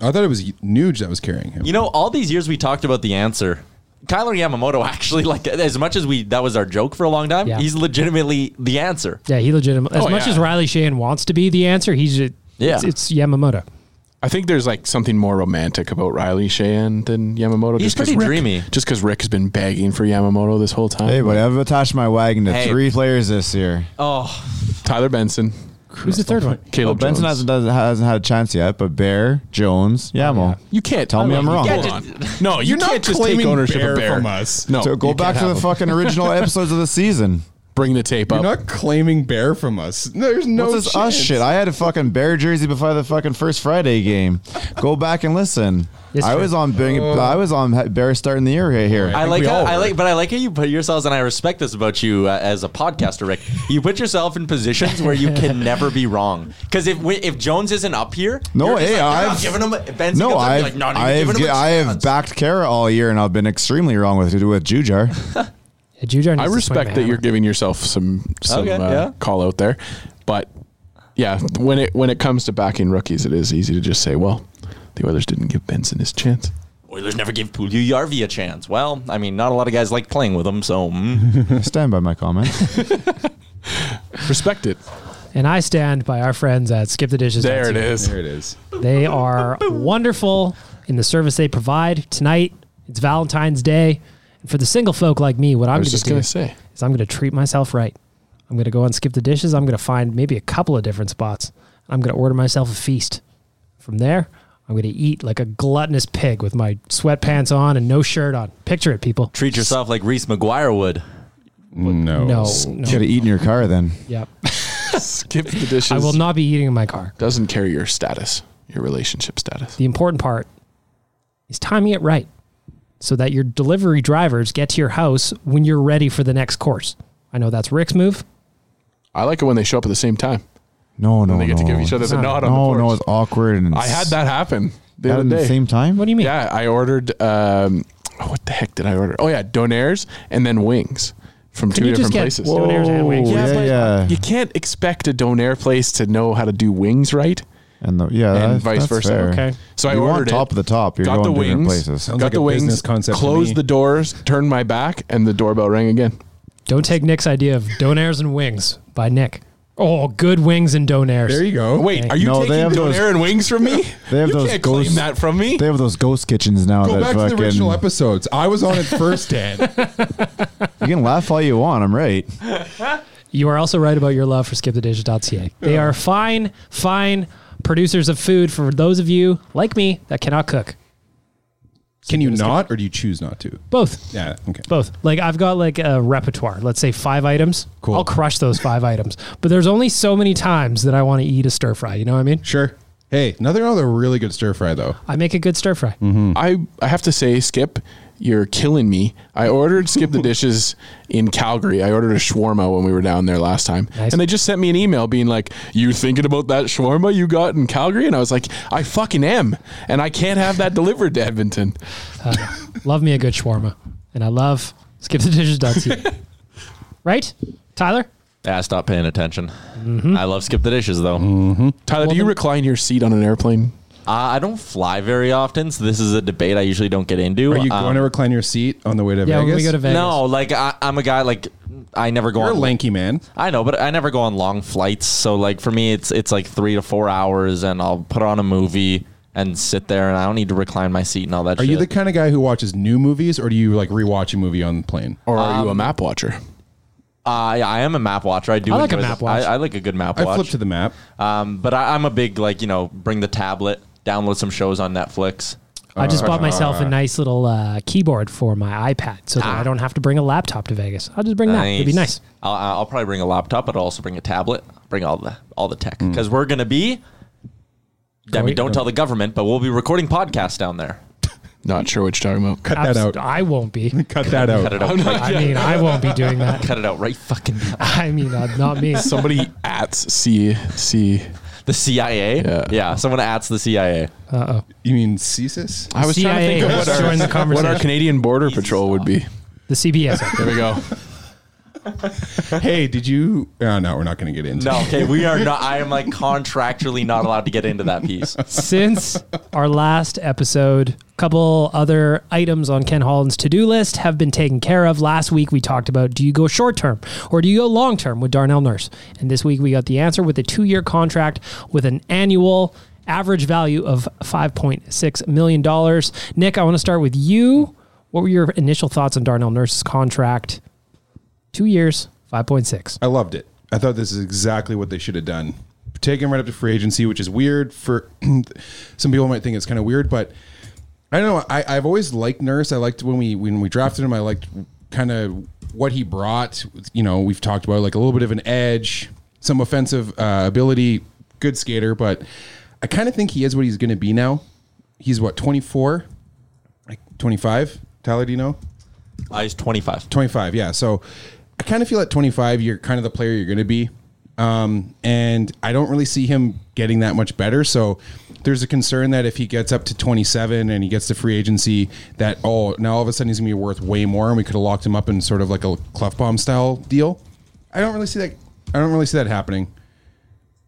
I thought it was Nuge that was carrying him.
You know, all these years we talked about the answer. Kyler Yamamoto actually, like, as much as we that was our joke for a long time,
Yeah.
he's legitimately the answer.
Yeah, he legitimately. As
Oh,
much
yeah.
as Riley Sheehan wants to be the answer, he's just,
Yeah.
it's, it's Yamamoto.
I think there's like something more romantic about Riley Cheyenne than Yamamoto.
He's
just 'cause
pretty
Rick-
dreamy.
Just because Rick has been begging for Yamamoto this whole time.
Hey, but I've attached my wagon to
Hey.
three players this year.
Oh,
Tyler Benson,
Who's the third one?
Well,
Caleb
Benson
Jones.
hasn't, doesn't, hasn't had a chance yet, but Bear, Jones, Yamo.
You can't
Tell me I'm wrong.
Hold
Yeah,
on. No, you
You're not
can't just take
claiming
ownership
Bear
of Bear
from us.
No,
So
you
go
can't
back to the
have him.
fucking original episodes of the season.
Bring the tape
You're
up.
not claiming Bear from us. There's no
What's this us
chance.
shit? I had a fucking Bear jersey before the fucking first Friday game. go back and listen.
It's
I
true.
was on Bing, I was on Bear starting the year right here.
Right.
I,
think
like
we
how,
all
I
were.
like, but I like how you put yourselves, and I respect this about you uh, as a podcaster, Rick. You put yourself in positions where you can never be wrong. Because if we- if Jones isn't up here,
No,
you're just like,
hey,
"You're not
I've-
giving him a, if Benson
No,
comes up, you're
I've,
like, not even
I've,
giving him
gi-
a
I have
chance."
backed Kara all year, and I've been extremely wrong with with Jujar.
Yeah, Jujar needs
I
to swing
respect
the
that
hammer.
you're giving yourself some some
Okay,
uh,
yeah.
call out there, but yeah, when it when it comes to backing rookies, it is easy to just say, well, the Oilers didn't give Benson his chance.
Oilers never give Pulu Yarvi a chance. Well, I mean, not a lot of guys like playing with him, so mm.
I stand by my comment.
Respect it.
And I stand by our friends at Skip the Dishes.
There it is.
There it is.
They are wonderful in the service they provide. Tonight, it's Valentine's Day. And for the single folk like me, what I'm
I was
gonna
just
do
gonna say.
is I'm going to treat myself right. I'm going to go and skip the dishes. I'm going to find maybe a couple of different spots. I'm going to order myself a feast. From there, I'm going to eat like a gluttonous pig with my sweatpants on and no shirt on. Picture it, people.
treat yourself like Reese McGuire would.
No.
No,
Could
no.
have eaten your car then.
Yeah.
Skip the dishes.
I will not be eating in my car.
Doesn't carry your status, your relationship status.
The important part is timing it right so that your delivery drivers get to your house when you're ready for the next course. I know that's Rick's move.
I like it when they show up at the same time.
No, no,
When they get
no.
to give each other the
No,
nod
No,
on the
no,
porch.
it's awkward. And
I had that happen the
at
other
the
day.
same time.
What do you mean?
Yeah, I ordered. Um, oh, what the heck did I order? Oh yeah, donaires and then wings from two
you
different
just get
places.
Whoa. Donaires and wings.
Oh, Yeah,
Yeah,
yeah,
but You can't expect a donair place to know how to do wings right.
And the, yeah,
and
that-
vice
that's
versa.
fair.
Okay.
So I
You want
ordered it,
top of the top. You're
got the
going different
wings.
places.
Got
Sounds like
the
a business
wings.
concept to
closed
me.
the doors. Turned my back, and the doorbell rang again.
Don't take Nick's idea of donairs and wings by Nick. Oh, good wings and donairs.
There you go.
Wait, are you
No, they
taking
have those-
donair and wings from me?
They have
you
those
can't
ghost-
claim that from me.
They have those ghost kitchens now.
Go
that
back to
fucking,
the original episodes. I was on it first, Dan.
You can laugh all you want. I'm right.
You are also right about your love for skipthedishes.ca. They are fine, fine producers of food for those of you like me that cannot cook.
Can you not, or do you choose not to?
Both.
Yeah. Okay.
Both. Like I've got like a repertoire, let's say five items.
Cool.
I'll crush those five items. But there's only so many times that I want to eat a stir fry. You know what I mean?
Sure. Hey, another other really good stir fry though.
I make a good stir fry.
Mm.
I I have to say, Skip, you're killing me. I ordered Skip the Dishes in Calgary. I ordered a shawarma when we were down there last time,
Nice.
and they just sent me an email being like, "You thinking about that shawarma you got in Calgary?" And I was like, "I fucking am," and I can't have that delivered to Edmonton.
Love me a good shawarma. And I love skipthedishes.ca. right? Tyler?
Yeah, Ah, stop paying attention. I love skip the dishes though.
Tyler, do you recline your seat on an airplane?
Uh, I don't fly very often, so this is a debate I usually don't get into.
Are you
Um,
going to recline your seat on the way to
Yeah,
Vegas?
when we go to Vegas.
No, like I, I'm a guy like I never go
You're a
on
lanky man.
I know, but I never go on long flights. So like for me, it's it's like three to four hours, and I'll put on a movie and sit there, and I don't need to recline my seat and all that.
Are
shit.
you the kind of guy who watches new movies, or do you like rewatch a movie on the plane?
Or are
Um,
you a map watcher?
Uh, yeah, I am a map watcher. I do.
I like a
enjoy
map
the-
watch.
I, I like a good map
I
watch.
flip to the map.
um, but I, I'm a big like you know bring the tablet, download some shows on Netflix.
I just bought myself a nice little uh, keyboard for my iPad so that I don't have to bring a laptop to Vegas. I'll just bring that. It'd be nice.
I'll, I'll probably bring a laptop, but I'll also bring a tablet. Bring all the all the tech
Mm.
because we're gonna be. I mean,
Oh.
don't tell the government, but we'll be recording podcasts down there.
Not sure what you're talking about.
Cut that
Abs-
out.
I won't be.
Cut that out.
Cut it out. right-
I mean, I won't be doing that.
Cut it out right fucking now.
I mean, uh, not me.
Somebody at C C.
The CIA?
Yeah.
someone adds the CIA.
You mean CSIS?
I was
CIA
trying to
has
think of
joined
what our, what
the
our
conversation.
Canadian border patrol would be.
The CBS.
There we go.
hey, did you? Oh, no, we're not going to get into.
No,
it.
okay, we are not. I am like contractually not allowed to get into that piece.
Since our last episode, a couple other items on Ken Holland's to do list have been taken care of. Last week, we talked about do you go short term or do you go long term with Darnell Nurse? And this week, we got the answer with a two year contract with an annual average value of $5.6 million. Nick, I want to start with you. What were your initial thoughts on Darnell Nurse's contract? Two years, 5.6.
I loved it. I thought this is exactly what they should have done. Take him right up to free agency, which is weird for some people might think it's kind of weird, but I don't know. I, I've always liked Nurse. I liked when we when we drafted him. I liked kind of what he brought. You know, we've talked about like a little bit of an edge, some offensive uh, ability, good skater, but I kind of think he is what he's going to be now. He's what twenty four, like twenty five. Tyler, do you know?
I was 25.
25 yeah so i kind of feel at 25 you're kind of the player you're going to be um, and i don't really see him getting that much better so there's a concern that if he gets up to 27 and he gets to free agency that oh now all of a sudden he's going to be worth way more and we could have locked him up in sort of like a clef bomb style deal i don't really see that i don't really see that happening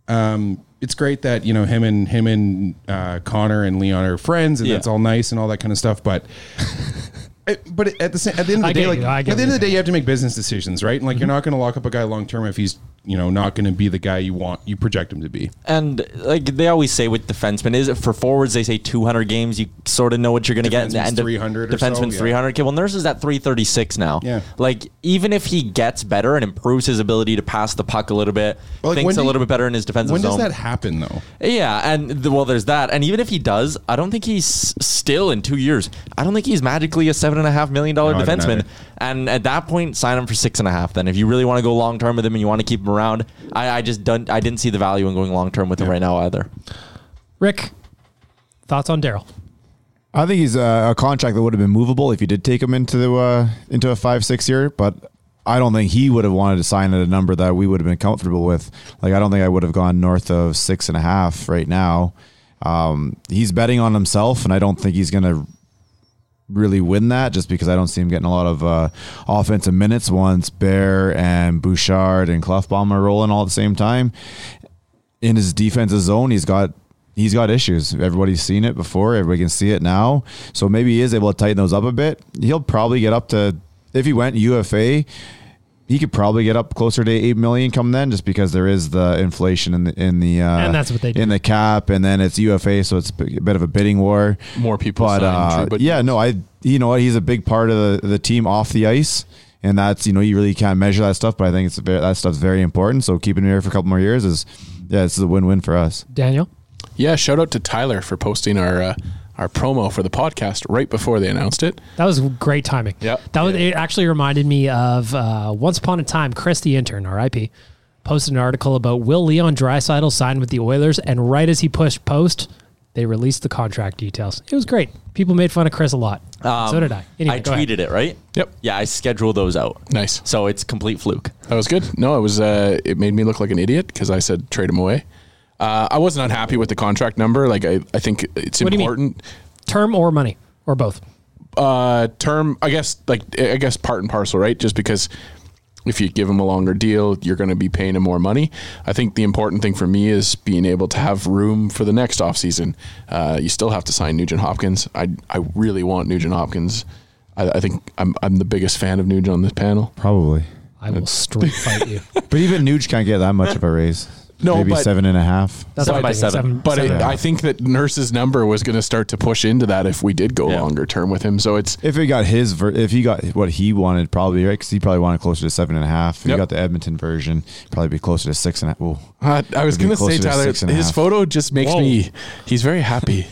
um, it's great that you know him and him and uh, connor and leon are friends and
Yeah.
that's all nice and all that kind of stuff but I- but at the same, at the end of
I
the day,
get
like
you. I
at
get
the end
you.
of the day, you have to make business decisions, right? And like you're not going to lock up a guy long term if he's you know not going to be the guy you want you project him to be.
And like they always say with defensemen, is it for forwards? They say 200 games, you sort of know what you're going to get.
Defenseman's
And the-
300 or so,
Defenseman's
yeah.
300. Okay, well, Nurse is at 336 now.
Yeah.
Like even if he gets better and improves his ability to pass the puck a little bit,
But, like, when
thinks a
do you-
little bit better in his defensive
When
zone.
does that happen though?
Yeah, and the, well, there's that, and even if he does, I don't think he's still in two years. I don't think he's magically a seven and a half million dollar
No, I don't
defenseman.
either.
And at that point, sign him for six and a half. Then, if you really want to go long term with him and you want to keep him around, I, I just don't. I didn't see the value in going long term with him right now either.
Rick, thoughts on Daryl?
I think he's uh, a, a contract that would have been movable if you did take him into the, uh, into a five six year, but I don't think he would have wanted to sign at a number that we would have been comfortable with. Like I don't think I would have gone north of six and a half right now. Um, he's betting on himself, and I don't think he's going to really win that just because I don't see him getting a lot of uh, offensive minutes once Bear and Bouchard and Clefbaum are rolling all at the same time. In his defensive zone, he's got he's got issues. Everybody's seen it before. Everybody can see it now. So maybe he is able to tighten those up a bit. He'll probably get up to if he went UFA. He could probably get up closer to eight million come then, just because there is the inflation in the in the uh,
And that's what they do.
in the cap, and then it's UFA, so it's a bit of a bidding war
More people
but,
sign
uh,
Trouba
yeah, no, I you know what he's a big part of the, the team off the ice, and that's you know you really can't measure that stuff, but I think it's very, that stuff's very important. So keeping him here for a couple more years is yeah, this is a win win for us.
Daniel?
Yeah, shout out to Tyler for posting our uh, our promo for the podcast right before they announced it.
That was great timing.
Yep.
That was, it actually reminded me of uh, once upon a time, Chris the intern, RIP, posted an article about will Leon Drysidel sign with the Oilers, and right as he pushed post, they released the contract details. It was great. People made fun of Chris a lot. so did I. Anyway,
Um, I
go ahead.
tweeted it right.
Yep.
Yeah, I schedule those out.
Nice.
So it's complete fluke.
That was good. No, it was. Uh, it made me look like an idiot because I said trade him away. Uh, I was not happy with the contract number. Like I, I think it's
What do you mean?
important.
term or money or both.
uh, term, I guess, like I guess part and parcel, right? Just because if you give him a longer deal, you're going to be paying him more money. I think the important thing for me is being able to have room for the next offseason. Uh, you still have to sign Nugent Hopkins. I I really want Nugent Hopkins. I, I think I'm I'm the biggest fan of Nugent on this panel.
Probably,
I will straight fight you.
but even Nuge can't get that much of a raise.
No,
maybe
but-
seven and a half.
That's
Seven
what I
by
think.
seven.
But it,
seven.
I think that Nurse's number was going to start to push into that if we did go
Yeah.
longer term with him. So it's
If he got his, ver- if he got what he wanted, probably right because he probably wanted closer to seven and a half. If he
Yep.
got the Edmonton version, probably be closer to six and a half. Ooh.
uh, I was
It'd be
going to
closer
say
to
Tyler,
six and a
his
half.
photo just makes
Whoa.
me he's very happy.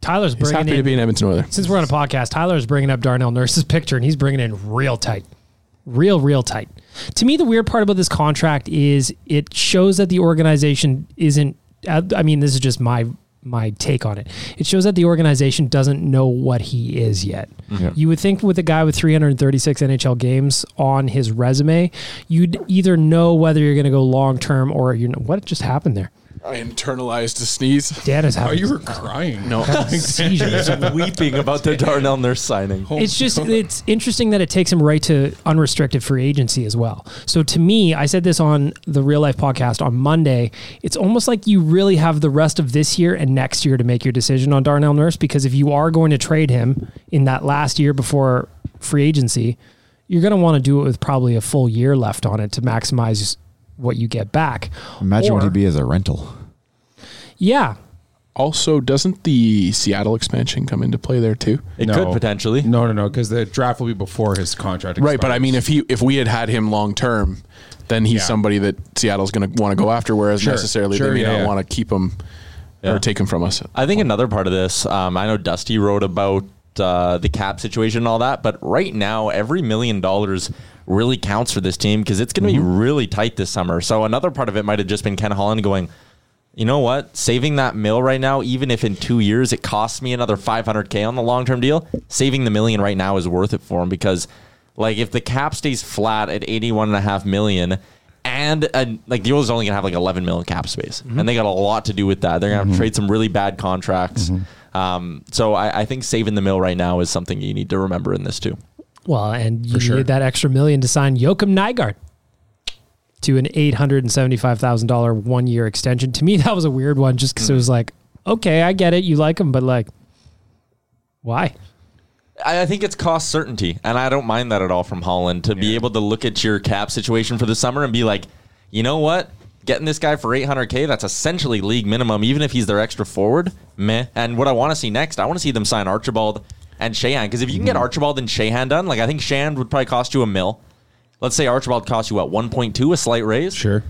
Tyler's
He's
bringing
happy
in,
to be an Edmonton Oiler.
since we're on a podcast, Tyler's bringing up Darnell Nurse's picture and he's bringing in real tight. Real, real tight. To me, the weird part about this contract is it shows that the organization isn't. I I mean, this is just my my take on it. It shows that the organization doesn't know what he is yet.
Yeah.
You would think with a guy with 336 NHL games on his resume, you'd either know whether you're going to go long term or you're. What just happened there?
I internalized a sneeze.
Dad is
Oh,
having
you were crying. No,
seizures.
Weeping about the Darnell Nurse signing.
It's just it's interesting that it takes him right to unrestricted free agency as well. So to me, I said this on the Real Life podcast on Monday. It's almost like you really have the rest of this year and next year to make your decision on Darnell Nurse because if you are going to trade him in that last year before free agency, you're going to want to do it with probably a full year left on it to maximize what you get back.
Imagine what
Or-
he'd be as a rental.
Yeah.
Also, doesn't the Seattle expansion come into play there too?
It could potentially.
No, no, no, because the draft will be before his contract.
Right, but I
expires.
mean, if he if we had had him long term, then he's
Yeah.
somebody that Seattle's going to want to go after. Whereas
Sure,
necessarily
sure,
they may
yeah,
not
yeah.
want to keep him
Yeah.
or take him from us.
I think another part of this, um, I know Dusty wrote about uh, the cap situation and all that, but right now, every million dollars really counts for this team because it's going to be really tight this summer. So another part of it might have just been Ken Holland going, you know what? Saving that mill right now, even if in two years it costs me another 500K on the long term deal, saving the million right now is worth it for him because, like, if the cap stays flat at 81.5 million, and uh, like the Oilers are only gonna have like 11 million cap space, and they got a lot to do with that. They're gonna have to trade some really bad contracts. Um, so I, I think saving the mill right now is something you need to remember in this too.
Well, and you need that extra million to sign Joachim Nygaard to an eight hundred and seventy-five thousand dollar one-year extension. To me, that was a weird one, just because it was like, okay, I get it, you like him, but like, why?
I, I think it's cost certainty, and I don't mind that at all from Holland to be able to look at your cap situation for the summer and be like, you know what, getting this guy for 800k, that's essentially league minimum, even if he's their extra forward. Meh. And what I want to see next, I want to see them sign Archibald and Shahan because if you can get Archibald and Shahan done, like I think Shahan would probably cost you a mil. Let's say Archibald costs you what 1.2, a slight raise
sure,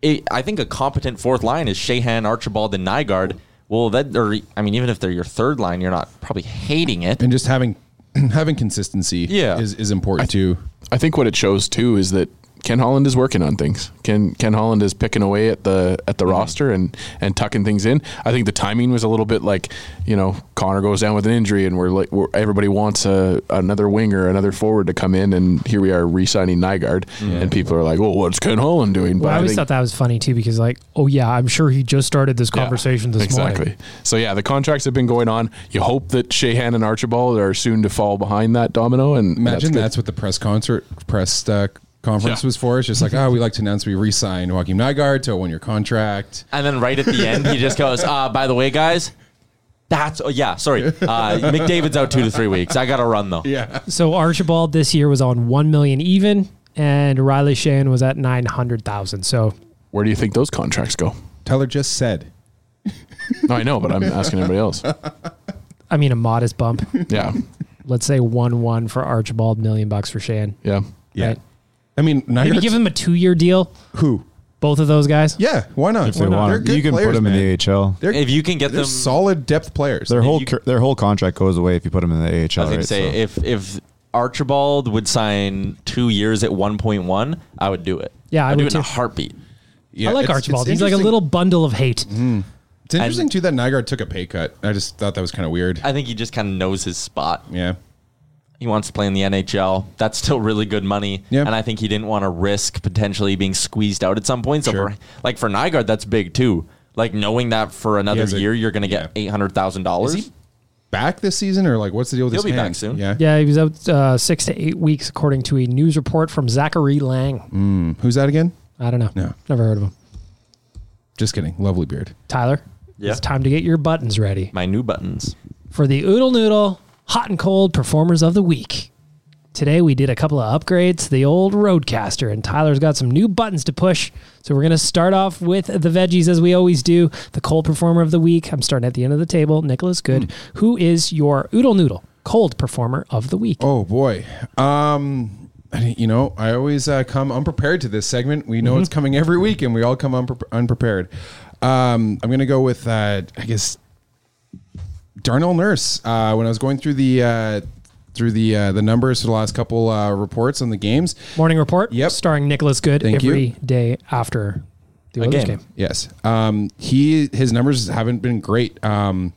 it, I think a competent fourth line is Shahan, Archibald, and Nygaard. Well, that or I mean, even if they're your third line, you're not probably hating it.
and just having having consistency,
Yeah.
is, is important too.
I think what it shows too is that Ken Holland is working on things. Ken Ken Holland is picking away at the at the roster and and tucking things in. I think the timing was a little bit like you know Connor goes down with an injury and we're like we're, everybody wants a, another winger, another forward to come in, and here we are re-signing Nygaard, and people are like, well, what's Ken Holland doing?
Well, I always thought that was funny too, because like, oh yeah, I'm sure he just started this conversation this
exactly.
morning.
So yeah, the contracts have been going on. You hope that Shahan and Archibald are soon to fall behind that domino. And
Imagine
good.
that's, what the press concert press uh, conference
Yeah.
was for. It's just like,
Mm-hmm.
oh, we like to announce we re-sign Joaquin Nygaard to a one-year contract.
And then right at the end, he just goes, uh, "By the way, guys, that's oh, yeah. Sorry, uh, McDavid's out two to three weeks. I got to run though.
Yeah,
So Archibald this year was on one million even, and Riley Shane was at nine hundred thousand. So
Where do you think those contracts go?
Tyler just said.
No, I know, but I'm asking everybody else.
I mean, a modest bump.
Yeah,
Let's say one one for Archibald, million bucks for Shane.
yeah.
Yeah,
Right.
I mean,
Maybe
Nygaard
give him a two-year deal.
who?
Both of those guys.
Yeah, why not?
If they want him, you can put him in the AHL.
They're,
If you can get
they're
them,
solid depth players.
Their whole
you-
cur- their whole contract goes away if you put them in the
I
AHL.
was gonna
right?
say
So-
if if Archibald would sign two years at 1.1, I would do it.
Yeah, I
I'd do
would
it in a
too.
heartbeat.
Yeah,
I like
it's-
Archibald.
it's
He's like a
interesting- Mm-hmm.
little bundle of hate.
It's interesting too that Nygaard took a pay cut. I just thought that was kind of weird.
I think he just kind of knows his spot.
yeah.
he wants to play in the NHL. That's still really good money.
Yeah.
And I think he didn't want to risk potentially being squeezed out at some point. So
Sure.
for like for Nygaard, that's big too. Like knowing that for another
has a-
year you're gonna get eight hundred thousand
Is
dollars.
he- Back this season or like what's the deal with
He'll
his
be back
hand?
soon.
Yeah.
Yeah, he was out uh, six to eight weeks, according to a news report from Zachary Lang.
Mm-hmm. Who's that again?
I don't know.
No.
Never heard of him.
Just kidding. Lovely beard.
Tyler,
Yeah.
it's time to get your buttons ready
My new buttons.
for the Oodle Noodle Hot and Cold Performers of the Week. Today we did a couple of upgrades to the old Roadcaster, and Tyler's got some new buttons to push. So we're going to start off with the veggies as we always do. The cold performer of the week. I'm starting at the end of the table. Nicholas Good,
Mm.
who is your Oodle Noodle cold performer of the week?
Oh boy. Um I didn't- you know, I always uh, come unprepared to this segment. We know it's coming every week and we all come unpre- unprepared. Um I'm going to go with uh I guess Darnell Nurse. Uh when I was going through the uh through the uh, the numbers for the last couple uh, reports on the games,
Morning Report.
Yep.
Starring Nicholas Good every
Thank
day
you.
after the Oilers
game.
game.
Yes. Um, he his numbers haven't been great. Um,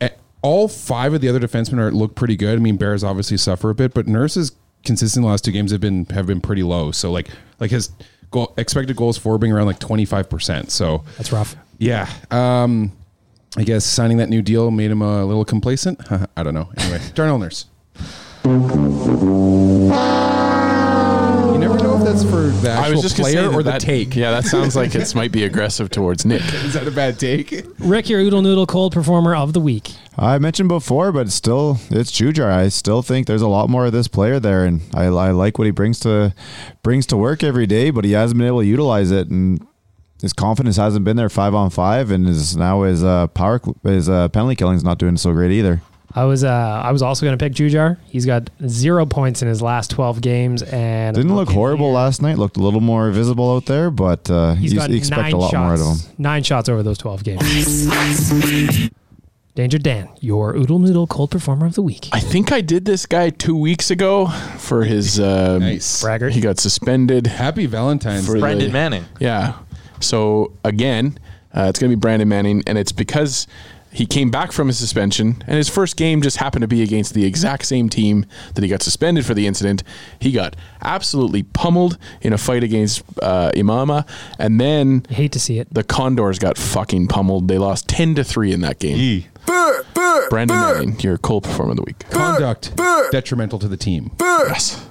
eh, all five of the other defensemen are look pretty good. I mean, Bears obviously suffer a bit, but Nurse's consistent last two games have been have been pretty low. So like like his goal, expected goals for being around like 25%. So
That's rough.
yeah. Um, I guess signing that new deal made him a little complacent. I don't know. Anyway, Darnell Nurse. You never know if that's for the actual
I was just gonna
player
say
or the
that-
take.
Yeah, that sounds like it's might be aggressive towards Nick.
Is that a bad take?
Rick, your oodle noodle cold performer of the week.
I mentioned before, but it's still, it's Jujar. I still think there's a lot more of this player there, and I, I like what he brings to brings to work every day. But he hasn't been able to utilize it, and his confidence hasn't been there five on five, and is now his uh, power cl- his uh, penalty killing's not doing so great either.
I was uh, I was also going to pick Jujar. He's got zero points in his last twelve games, and
Didn't look horrible last night. Looked a little more visible out there, but uh,
He's
you
got
expect
nine
a lot
shots,
more out of him.
Nine shots over those twelve games. Danger Dan, your oodle noodle cold performer of the week.
I think I did this guy two weeks ago for his. Um,
Nice.
Braggart.
He got suspended.
Happy Valentine's
For
Day.
the-
Brandon Manning.
Yeah. So again, uh, it's going to be Brandon Manning, and it's because he came back from his suspension, and his first game just happened to be against the exact same team that he got suspended for the incident. He got absolutely pummeled in a fight against uh, Imama, and then
I hate to see it.
the Condors got fucking pummeled. They lost ten to three in that game. Brandon Manning, your cold performer of the week.
Conduct detrimental to the team.
Yes.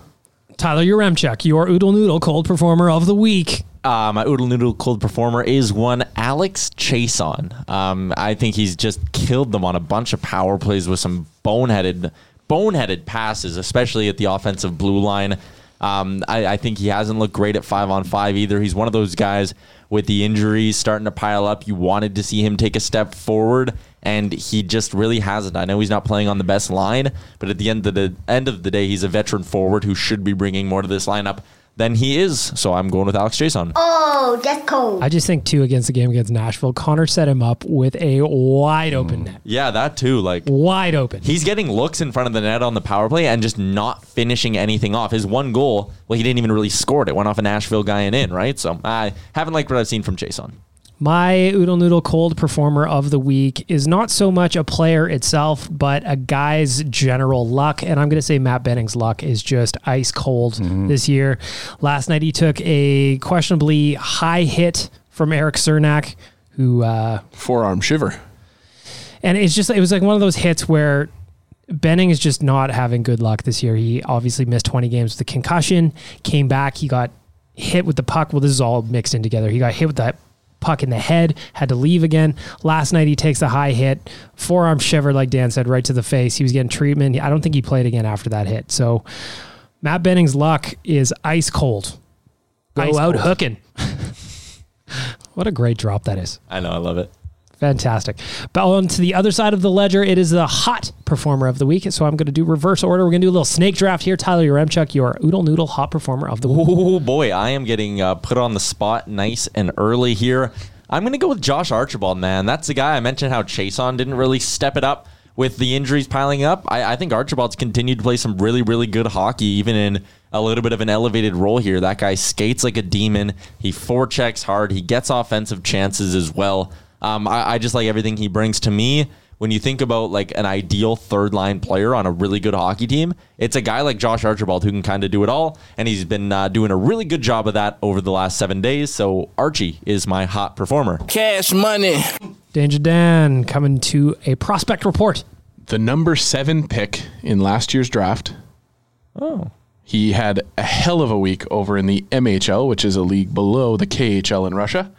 Tyler Uremchuk, your oodle noodle cold performer of the week.
Uh, my oodle noodle cold performer is one Alex Chason. Um, I think he's just killed them on a bunch of power plays with some boneheaded, boneheaded passes, especially at the offensive blue line. Um, I, I think he hasn't looked great at five on five either. He's one of those guys with the injuries starting to pile up. You wanted to see him take a step forward, and he just really hasn't. I know he's not playing on the best line, but at the end of the end of the day, he's a veteran forward who should be bringing more to this lineup than he is. So I'm going with Alex Jason.
Oh, that's cold.
I just think two against the game against Nashville. Connor set him up with a wide
Mm.
open net.
Yeah, that too. Like
Wide open.
he's getting looks in front of the net on the power play and just not finishing anything off. His one goal, well, he didn't even really score it. It went off a Nashville guy and in, right? So I haven't liked what I've seen from Jason.
My Oodle Noodle Cold Performer of the Week is not so much a player itself, but a guy's general luck. And I'm going to say Matt Benning's luck is just ice cold this year. Last night, he took a questionably high hit from Eric Cernak, who uh,
Forearm shiver.
and it's just it was like one of those hits where Benning is just not having good luck this year. He obviously missed 20 games with the concussion, came back, he got hit with the puck. Well, this is all mixed in together. He got hit with that puck in the head, had to leave again. Last night he takes a high hit, forearm shiver like Dan said right to the face. He was getting treatment. I don't think he played again after that hit. So Matt Benning's luck is ice cold. Go
Ice
out
cold.
hooking. what a great drop that is.
I know, I love it.
Fantastic. But on to the other side of the ledger, it is the hot performer of the week. So I'm going to do reverse order. We're going to do a little snake draft here. Tyler Yaremchuk, your oodle noodle hot performer of the week.
Oh boy, I am getting uh, put on the spot nice and early here. I'm going to go with Josh Archibald, man. That's the guy I mentioned how Chason didn't really step it up with the injuries piling up. I, I think Archibald's continued to play some really, really good hockey, even in a little bit of an elevated role here. That guy skates like a demon. He forechecks hard. He gets offensive chances as well. Um, I, I just like everything he brings to me. When you think about like an ideal third line player on a really good hockey team, it's a guy like Josh Archibald who can kind of do it all, and he's been uh, doing a really good job of that over the last seven days. So Archie is my hot performer.
Cash money.
Danger Dan coming to a prospect report.
the number seven pick in last year's draft. Oh. He had a hell of a week over in the MHL, which is a league below the KHL in Russia.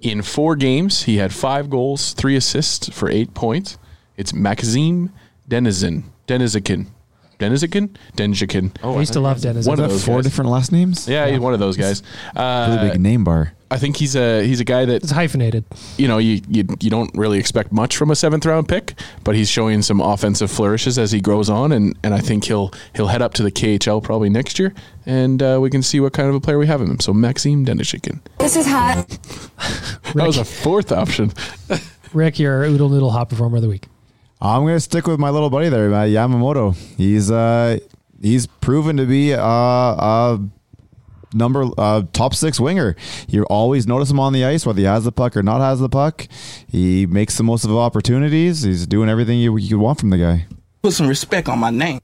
In four games, he had five goals, three assists for eight points. It's Maxime Denizen. Denizikin. Denizikin? Denizikin.
Oh, I used to love Dennis.
One of those
Four
guys.
different last names.
Yeah, he's one of those guys.
really
Uh,
big name bar.
I think he's a he's a guy that
It's hyphenated.
you know, you, you you don't really expect much from a seventh round pick, but he's showing some offensive flourishes as he grows on, and, and I think he'll he'll head up to the KHL probably next year, and uh, we can see what kind of a player we have in him. So Maxime Denishikin,
This is hot.
that was a fourth option.
Rick, your oodle noodle hot performer of the week.
I'm gonna stick with my little buddy there, uh, Yamamoto. He's uh he's proven to be uh, a number uh, top six winger. You always notice him on the ice, whether he has the puck or not has the puck. He makes the most of opportunities. He's doing everything you you want from the guy.
Put some respect on my name.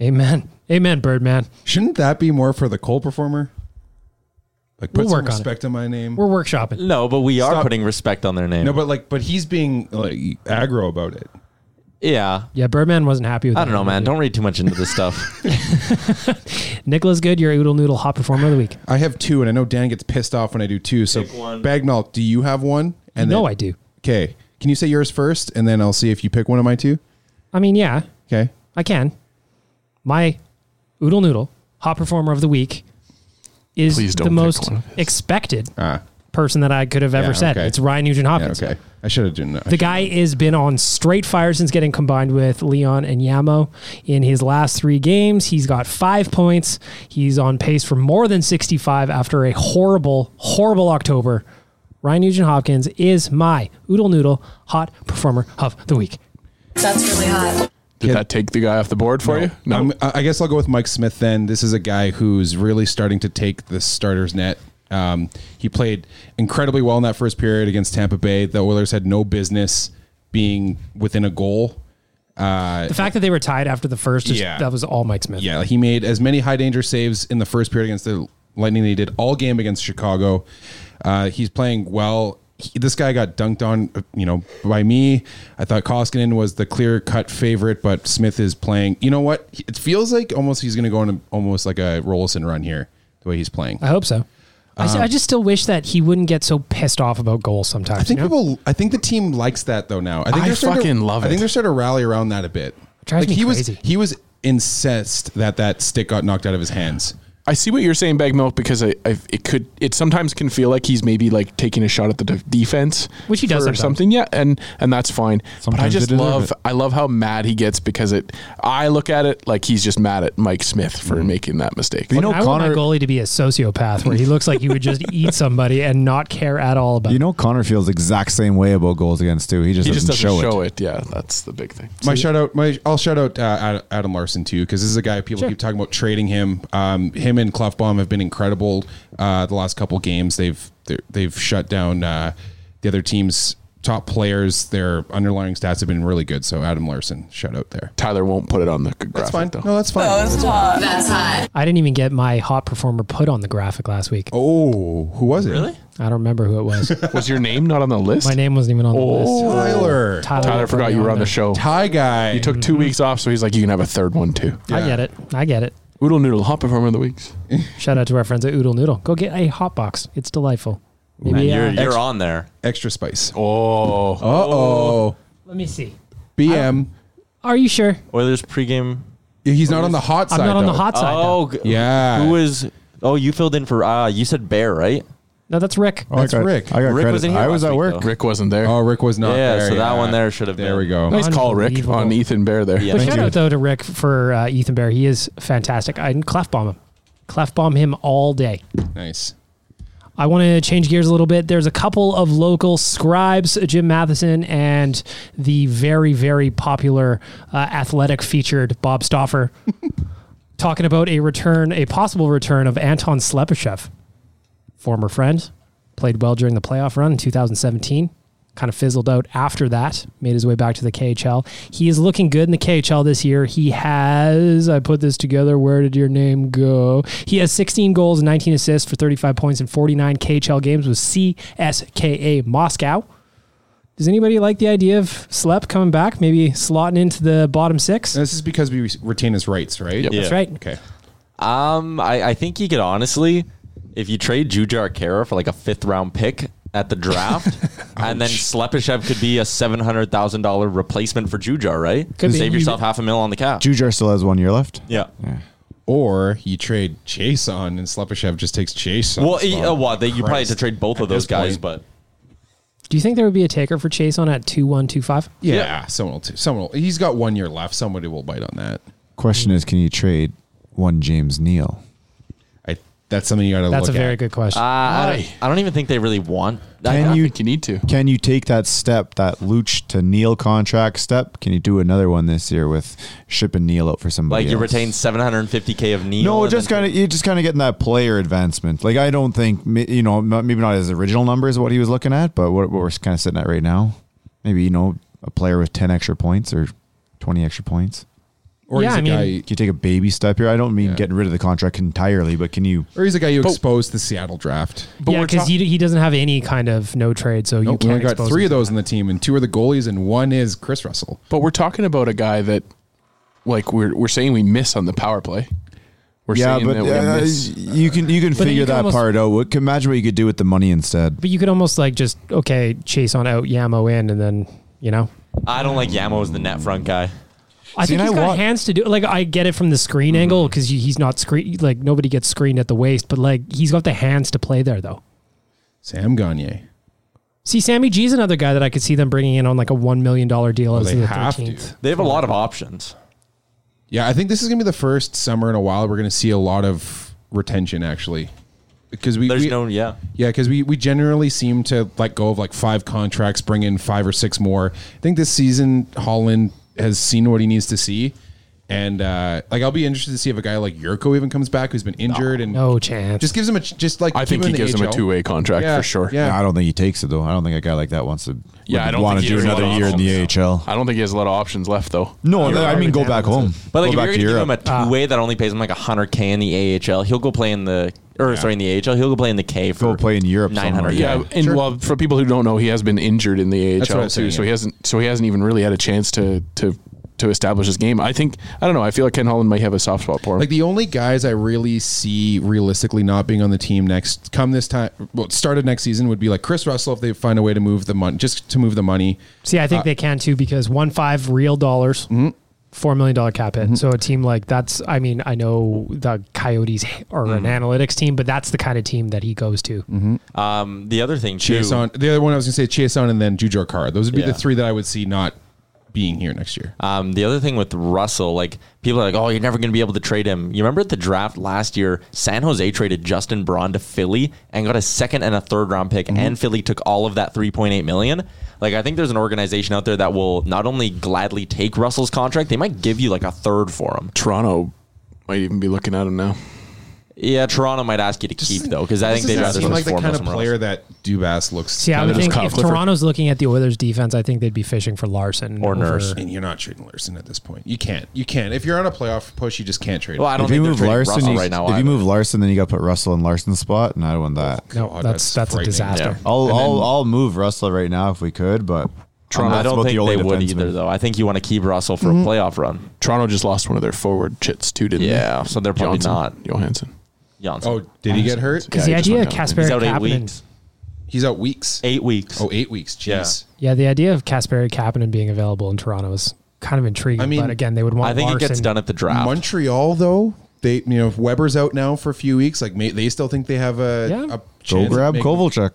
Amen. Amen, Birdman.
Shouldn't that be more for the cold performer? Like put
We'll
some
work on it.
respect on my name.
We're workshopping.
No, but we are
Stop.
putting respect on their name.
No, but like, but he's being like aggro about it.
yeah.
Yeah, Birdman wasn't happy with
I don't
that.
know, man. Don't read too much into this stuff.
Nicholas Good, your oodle noodle hot performer of the week.
I have two, and I know Dan gets pissed off when I do two. So
Pick one.
Bagnall, do you have one? And
No, I do.
Okay, can you say yours first, and then I'll see if you pick one of my two.
I mean, yeah,
Okay.
I can. My oodle noodle hot performer of the week is
Please don't
the
pick
most
one of his.
expected
Ah,
person that I could have ever
Yeah,
said.
okay.
It's Ryan Nugent
yeah,
Hopkins.
okay. I should have done that.
The guy has been on straight fire since getting combined with Leon and Yamo in his last three games. He's got five points. He's on pace for more than 65 after a horrible, horrible October. Ryan Nugent Hopkins is my oodle noodle hot performer of the week.
That's really hot.
Did that take the guy off the board for you? No.
I'm- I I guess I'll go with Mike Smith then. This is a guy who's really starting to take the starter's net. Um, he played incredibly well in that first period against Tampa Bay. The Oilers had no business being within a goal. Uh,
The fact that they were tied after the first, is,
Yeah.
that was all Mike Smith.
yeah, he made as many high danger saves in the first period against the Lightning that he did all game against Chicago. Uh, he's playing well. He- this guy got dunked on, uh, you know, by me. I thought Koskinen was the clear cut favorite, but Smith is playing. You know what? It feels like almost he's going to go on a, almost like a Rollison run here, the way he's playing.
I hope so. I s I I, just still wish that he wouldn't get so pissed off about goals sometimes.
I think
you know?
people. I think the team likes that though. Now I think
I
they're starting
fucking
to,
love
I think
it.
they're starting to rally around that a bit.
drives me
he
crazy.
was he was incensed that that stick got knocked out of his hands.
I see what you're saying, Bag Milk, because I, I it could it sometimes can feel like he's maybe like taking a shot at the de- defense,
Which he does
or
sometimes.
something. Yeah, and and that's fine. but I
Sometimes
just
they deserve
love
it.
I love how mad he gets because it. I look at it like he's just mad at Mike Smith for
Mm-hmm.
making that mistake.
You know,
I want my
Connor.
goalie to be a sociopath where he looks like he would just eat somebody and not care at all about
You know, Connor feels the exact same way about goals against too. He just
he
doesn't,
just doesn't show,
show, it.
it. Yeah, that's the big thing.
my shout out, my I'll shout out uh, Ad- Adam Larson too, because this is a guy people
Sure.
keep talking about trading him. Um, him and Clefbaum have been incredible uh, the last couple games. They've they're- they've shut down uh, the other team's top players. Their underlying stats have been really good. So Adam Larson, shout out there.
Tyler won't put it on the graphic
That's fine.
though.
No, that's fine.
That's hot.
I didn't even get my hot performer put on the graphic last week.
oh, who was it? Really?
I don't remember who it was.
Was your name not on the list?
my name wasn't even on the list.
Oh. Tyler.
Tyler
put
forgot
me
you were on
there.
the show.
Ty guy.
He took two weeks off, so he's like, you can have a third one too.
I get it. I get it.
Oodle noodle, hot performer of the weeks.
Shout out to our friends at Oodle Noodle. Go get a hot box. It's delightful. Maybe,
Man,
uh,
you're, you're on there.
extra spice. Uh
Oh,
oh.
let me see.
BM.
Are you sure?
Oilers pregame.
He's not on the hot side.
I'm not on the
though.
hot side. though.
Oh, g-
Yeah.
Who is? Oh, you filled in for. Uh, you said Bear, right?
No, that's Rick.
I
That's
got-
Rick.
I got
Rick
credit.
was in here
I
last
was at
week,
work.
though.
Rick wasn't there.
Oh, Rick was not
Yeah,
there.
so that one there should have
There
been.
we go.
nice call, Rick,
Unbelievable.
on Ethan Bear there.
Yeah.
But
Thank
shout
you.
out though to Rick for uh, Ethan Bear. He is fantastic. I can clef bomb him. Clef bomb him all day.
Nice.
I want to change gears a little bit. There's a couple of local scribes, Jim Matheson and the very, very popular uh, athletic featured Bob Stoffer, talking about a return, a possible return of Anton Slepyshev, former friend, played well during the playoff run in 2017. Kind of fizzled out after that, made his way back to the KHL. He is looking good in the KHL this year. He has, I put this together, where did your name go? He has 16 goals and 19 assists for 35 points in 49 KHL games with CSKA Moscow. Does anybody like the idea of Slep coming back, maybe slotting into the bottom six?
And this is because we retain his rights, right?
Yep.
That's right.
Okay.
Um, I, I think you could honestly, if you trade Jujar Kara for like a fifth round pick at the draft, and then Slepyshev could be a seven hundred thousand dollar replacement for Jujar, right?
Could be.
Save
You-
yourself half a mil on the cap.
Jujar still has one year left.
yeah.
Or you trade Chase on, and Slepyshev just takes Chase. On
Well,
the
e-
spot.
uh, what they, you probably had to
Christ.
trade both of
At
those
this
guys,
point.
but
Do you think there would be a taker for Chase on at 2125?
yeah,
Yeah.
someone will. T- someone. Will, he's got one year left. Somebody will bite on that.
Question is, can you trade one James Neal?
I. That's something you got to.
That's a
look
very
at.
good question.
uh, I,
Why?
don't, I don't even think they really want. I,
Can
I
you-
think-
think you need to.
Can you take that step, that Luch to Neal contract step? Can you do another one this year with shipping Neal out for somebody?
like you
else?
retain seven hundred and fifty k of Neil?
No,
and
just
then-
kind of you just kind of getting that player advancement. Like I don't think ma- you know not- maybe not his original numbers what he was looking at, but what, what we're kind of sitting at right now, maybe you know a player with ten extra points or twenty extra points.
Or
Yeah,
he's a
I mean-
guy,
Can you take a baby step here? I don't mean
Yeah.
getting rid of the contract entirely, but can you?
or he's a guy who exposed the Seattle draft.
But yeah,
we're
because
talk-
he, he doesn't have any kind of no trade, so you
Nope, we
can't.
only got
expose
three
him
of
to
those
that.
in the team, and two are the goalies, and one is Chris Russell.
But we're talking about a guy that, like, we're we're saying we miss on the power play. We're
yeah,
saying
but
that we
uh,
miss.
you can you can
then
figure
you can
that
almost-
part out. What, can imagine what you could do with the money instead.
But you could almost like just okay, chase on out, Yamo in, and then you know.
I don't like Yamo as the net front guy.
I
See,
think
and
he's
I
got
wa-
hands to do. Like I get it from the
Mm-hmm.
screen angle because he's not screen. Like nobody gets screened at the waist, but like he's got the hands to play there though.
Sam Gagne.
See, Sammy G's another guy that I could see them bringing in on like a one million dollar deal as
they
the
have to.
thirteenth.
They have a lot of options.
Yeah, I think this is gonna be the first summer in a while we're gonna see a lot of retention actually, because we
There's
we-
no, yeah.
Yeah, because we, we generally seem to let go of like five contracts, bring in five or six more. I think this season Holland has seen what he needs to see, and uh, like I'll be interested to see if a guy like Yurko even comes back who's been injured and
No chance.
just gives him a ch- just like
I
keep
think he
in the
gives him a
AHL.
two way contract
Yeah,
for sure.
yeah.
I don't think he takes it though. I don't think a guy like that wants to.
Yeah, I don't
want
think
to
he
do
has a lot
another
of
year in the
options.
AHL.
I don't think he has a lot of options left though.
No,
You're
I mean
right.
go back home.
But like,
go
if
back
you're
to
going to give him
Europe.
a two way that only pays him like 100K in the AHL, he'll go play in the, or sorry, in the AHL, he'll go play in the K for
Go play in Europe somewhere.
900.
Yeah, and well, for people who don't know, he has been injured in the
That's what I
AHL
was
too,
saying,
so he
yeah.
hasn't so he hasn't even really had a chance to to to establish his game. I think I don't know. I feel like Ken Holland might have a soft spot for him.
Like the only guys I really see realistically not being on the team next come this time, well, start of next season would be like Chris Russell if they find a way to move the money, just to move the money.
See, I think they can too because one five real dollars, four million dollar cap hit. So a team like that's, I mean, I know the Coyotes are an analytics team, but that's the kind of team that he goes to.
Um, the other thing, too.
Chase on the other one I was gonna say Chase on and then Jujar Car. Those would be
Yeah.
the three that I would see not being here next year.
Um, the other thing with Russell, like people are like, oh, you're never going to be able to trade him. You remember at the draft last year, San Jose traded Justin Braun to Philly and got a second and a third round pick, and Philly took all of that 3.8 million. Like, I think there's an organization out there that will not only gladly take Russell's contract, they might give you like a third for him.
Toronto might even be looking at him now.
Yeah, Toronto might ask you to keep though, because I think they'd
doesn't
rather
seem like
just
the
form
kind of
somewhere
player
else.
that Dubas looks.
See, I
Kinda
would
just
think
Kyle
if
Clifford.
Toronto's looking at the Oilers defense, I think they'd be fishing for Larson over-
Or Nurse.
and you're not trading Larson at this point. You can't. You can't. If you're on a playoff push, you just can't trade.
Well, I
him.
don't
If
think
you
they're
move
trading
Larson,
Russell
you-
right now.
if you
either.
move Larson, then you got to put Russell in Larson's spot, and I don't want that.
No,
Oh,
God,
that's
Oh, that's
that's, a
frightening.
disaster.
I'll I'll, I'll move Russell right now if we could, but
I
that's about
don't
the
think
only
they would
defenseman.
either, though. I think you want to keep Russell for
Mm-hmm.
a playoff run.
Toronto just lost one of their forward chits too, didn't they?
Yeah, so they're probably
Johnson,
not.
Johansson.
Johnson.
Oh, did he get hurt?
Because
Yeah, he
the
just
idea
went
of
down.
Casper
He's out eight
Kapanen,
weeks.
He's out weeks.
Eight weeks.
Oh, eight weeks. Jeez.
yeah, the idea of Casper Kapanen being available in Toronto is kind of intriguing.
I mean,
but again, they would want.
I think
Larson.
it gets done at the draft.
Montreal though, they you know if Weber's out now for a few weeks. Like may, they still think they have a,
Yeah.
a
Go
chance at
grab
making-
Kovalchuk.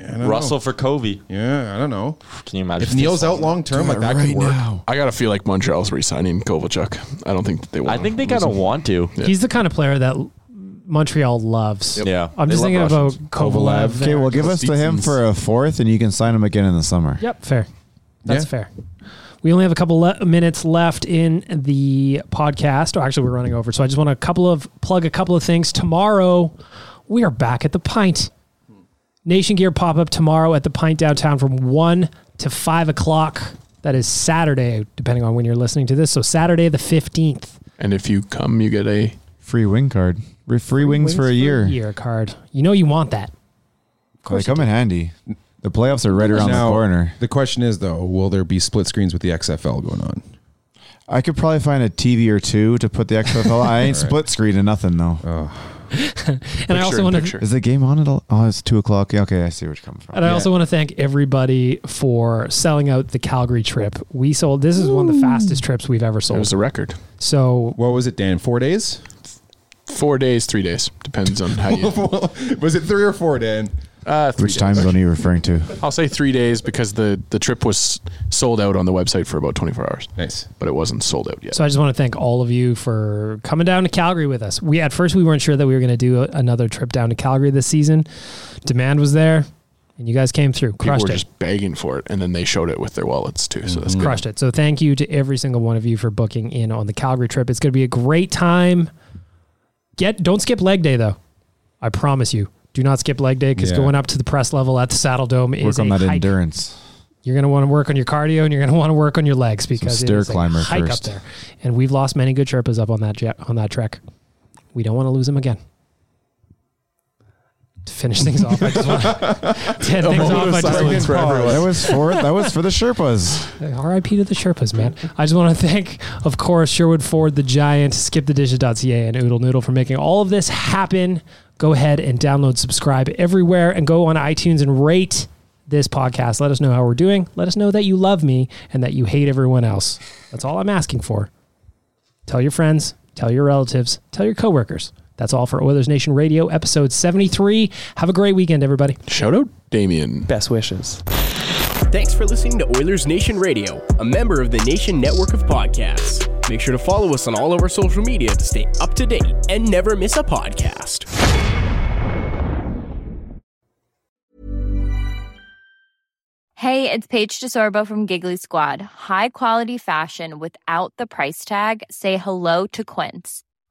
I don't know.
Russell for Kobe.
Yeah, I don't know.
Can you imagine?
If Neil's out long term, like that could work.
I gotta feel like Montreal's re-signing Kovalchuk. I don't think they.
I
want
think they
to
kind of
lose him.
want to.
He's the kind of player that Montreal loves.
Yeah.
I'm
They
just
love
thinking
Russians.
about Kovalev.
Okay, well, give us to him for a fourth, and you can sign him again in the summer.
Yep, fair. That's
Yeah.
fair. We only have a couple le- minutes left in the podcast. Or actually, we're running over. So I just want to couple of plug a couple of things. Tomorrow, we are back at the Pint. Nation Gear pop up tomorrow at the Pint downtown from one to five o'clock. That is Saturday, depending on when you're listening to this. So Saturday the fifteenth.
And if you come, you get a
Free wing card. Free, free wings, for a year.
Year card. You know you want that.
They come in handy. The playoffs are right around
Now,
the corner.
The question is though, will there be split screens with the XFL going on?
I could probably find a TV or two to put the XFL. I ain't split screen or nothing though.
And I
picture
also
in
want to
picture.
Is the game on at all? Oh, it's two o'clock. Yeah, okay, I see where you're coming from.
And I also want to thank everybody for selling out the Calgary trip. We sold this is one of the fastest trips we've ever
It
sold.
was a record.
so
What was it, Dan? Four days?
Four days, three days, depends on how you.
was it three or four, Dan?
Uh, three
Which
days.
time zone are you referring to?
I'll say three days because the the trip was sold out on the website for about 24 hours,
Nice.
but it wasn't sold out yet.
so I just want to thank all of you for coming down to Calgary with us. We at first we weren't sure that we were going to do a, another trip down to Calgary this season. Demand was there and you guys came through.
People
Crushed
were
it.
just begging for it, and then they showed it with their wallets too. So
Mm-hmm.
that's good.
crushed it. So thank you to every single one of you for booking in on the Calgary trip. It's going to be a great time. Get don't skip leg day though. I promise you. Do not skip leg day because
Yeah.
going up to the press level at the Saddle Dome is
Work on
a
that
hike.
endurance.
You're going to want to work on your cardio and you're going to want to work on your legs because
stair
it is a
climber
hike
first.
up there. And we've lost many good Sherpas up on that ja on that trek. We don't want to lose them again. To finish things off, I just want to end things
moment
off.
of
I just want
silence for everyone.
That was for that was for the Sherpas.
RIP to the Sherpas, man. I just want to thank, of course, Sherwood Ford, the Giant, SkipTheDishes.ca, and Oodle Noodle for making all of this happen. Go ahead and download, subscribe everywhere, and go on iTunes and rate this podcast. Let us know how we're doing. Let us know that you love me and that you hate everyone else. That's all I'm asking for. Tell your friends, tell your relatives, tell your coworkers. That's all for Oilers Nation Radio, episode 73. Have a great weekend, everybody.
Shout out Damien.
Best wishes.
Thanks for listening to Oilers Nation Radio, a member of the Nation network of podcasts. Make sure to follow us on all of our social media to stay up to date and never miss a podcast.
Hey, it's Paige DeSorbo from Giggly Squad. High quality fashion without the price tag. Say hello to Quince.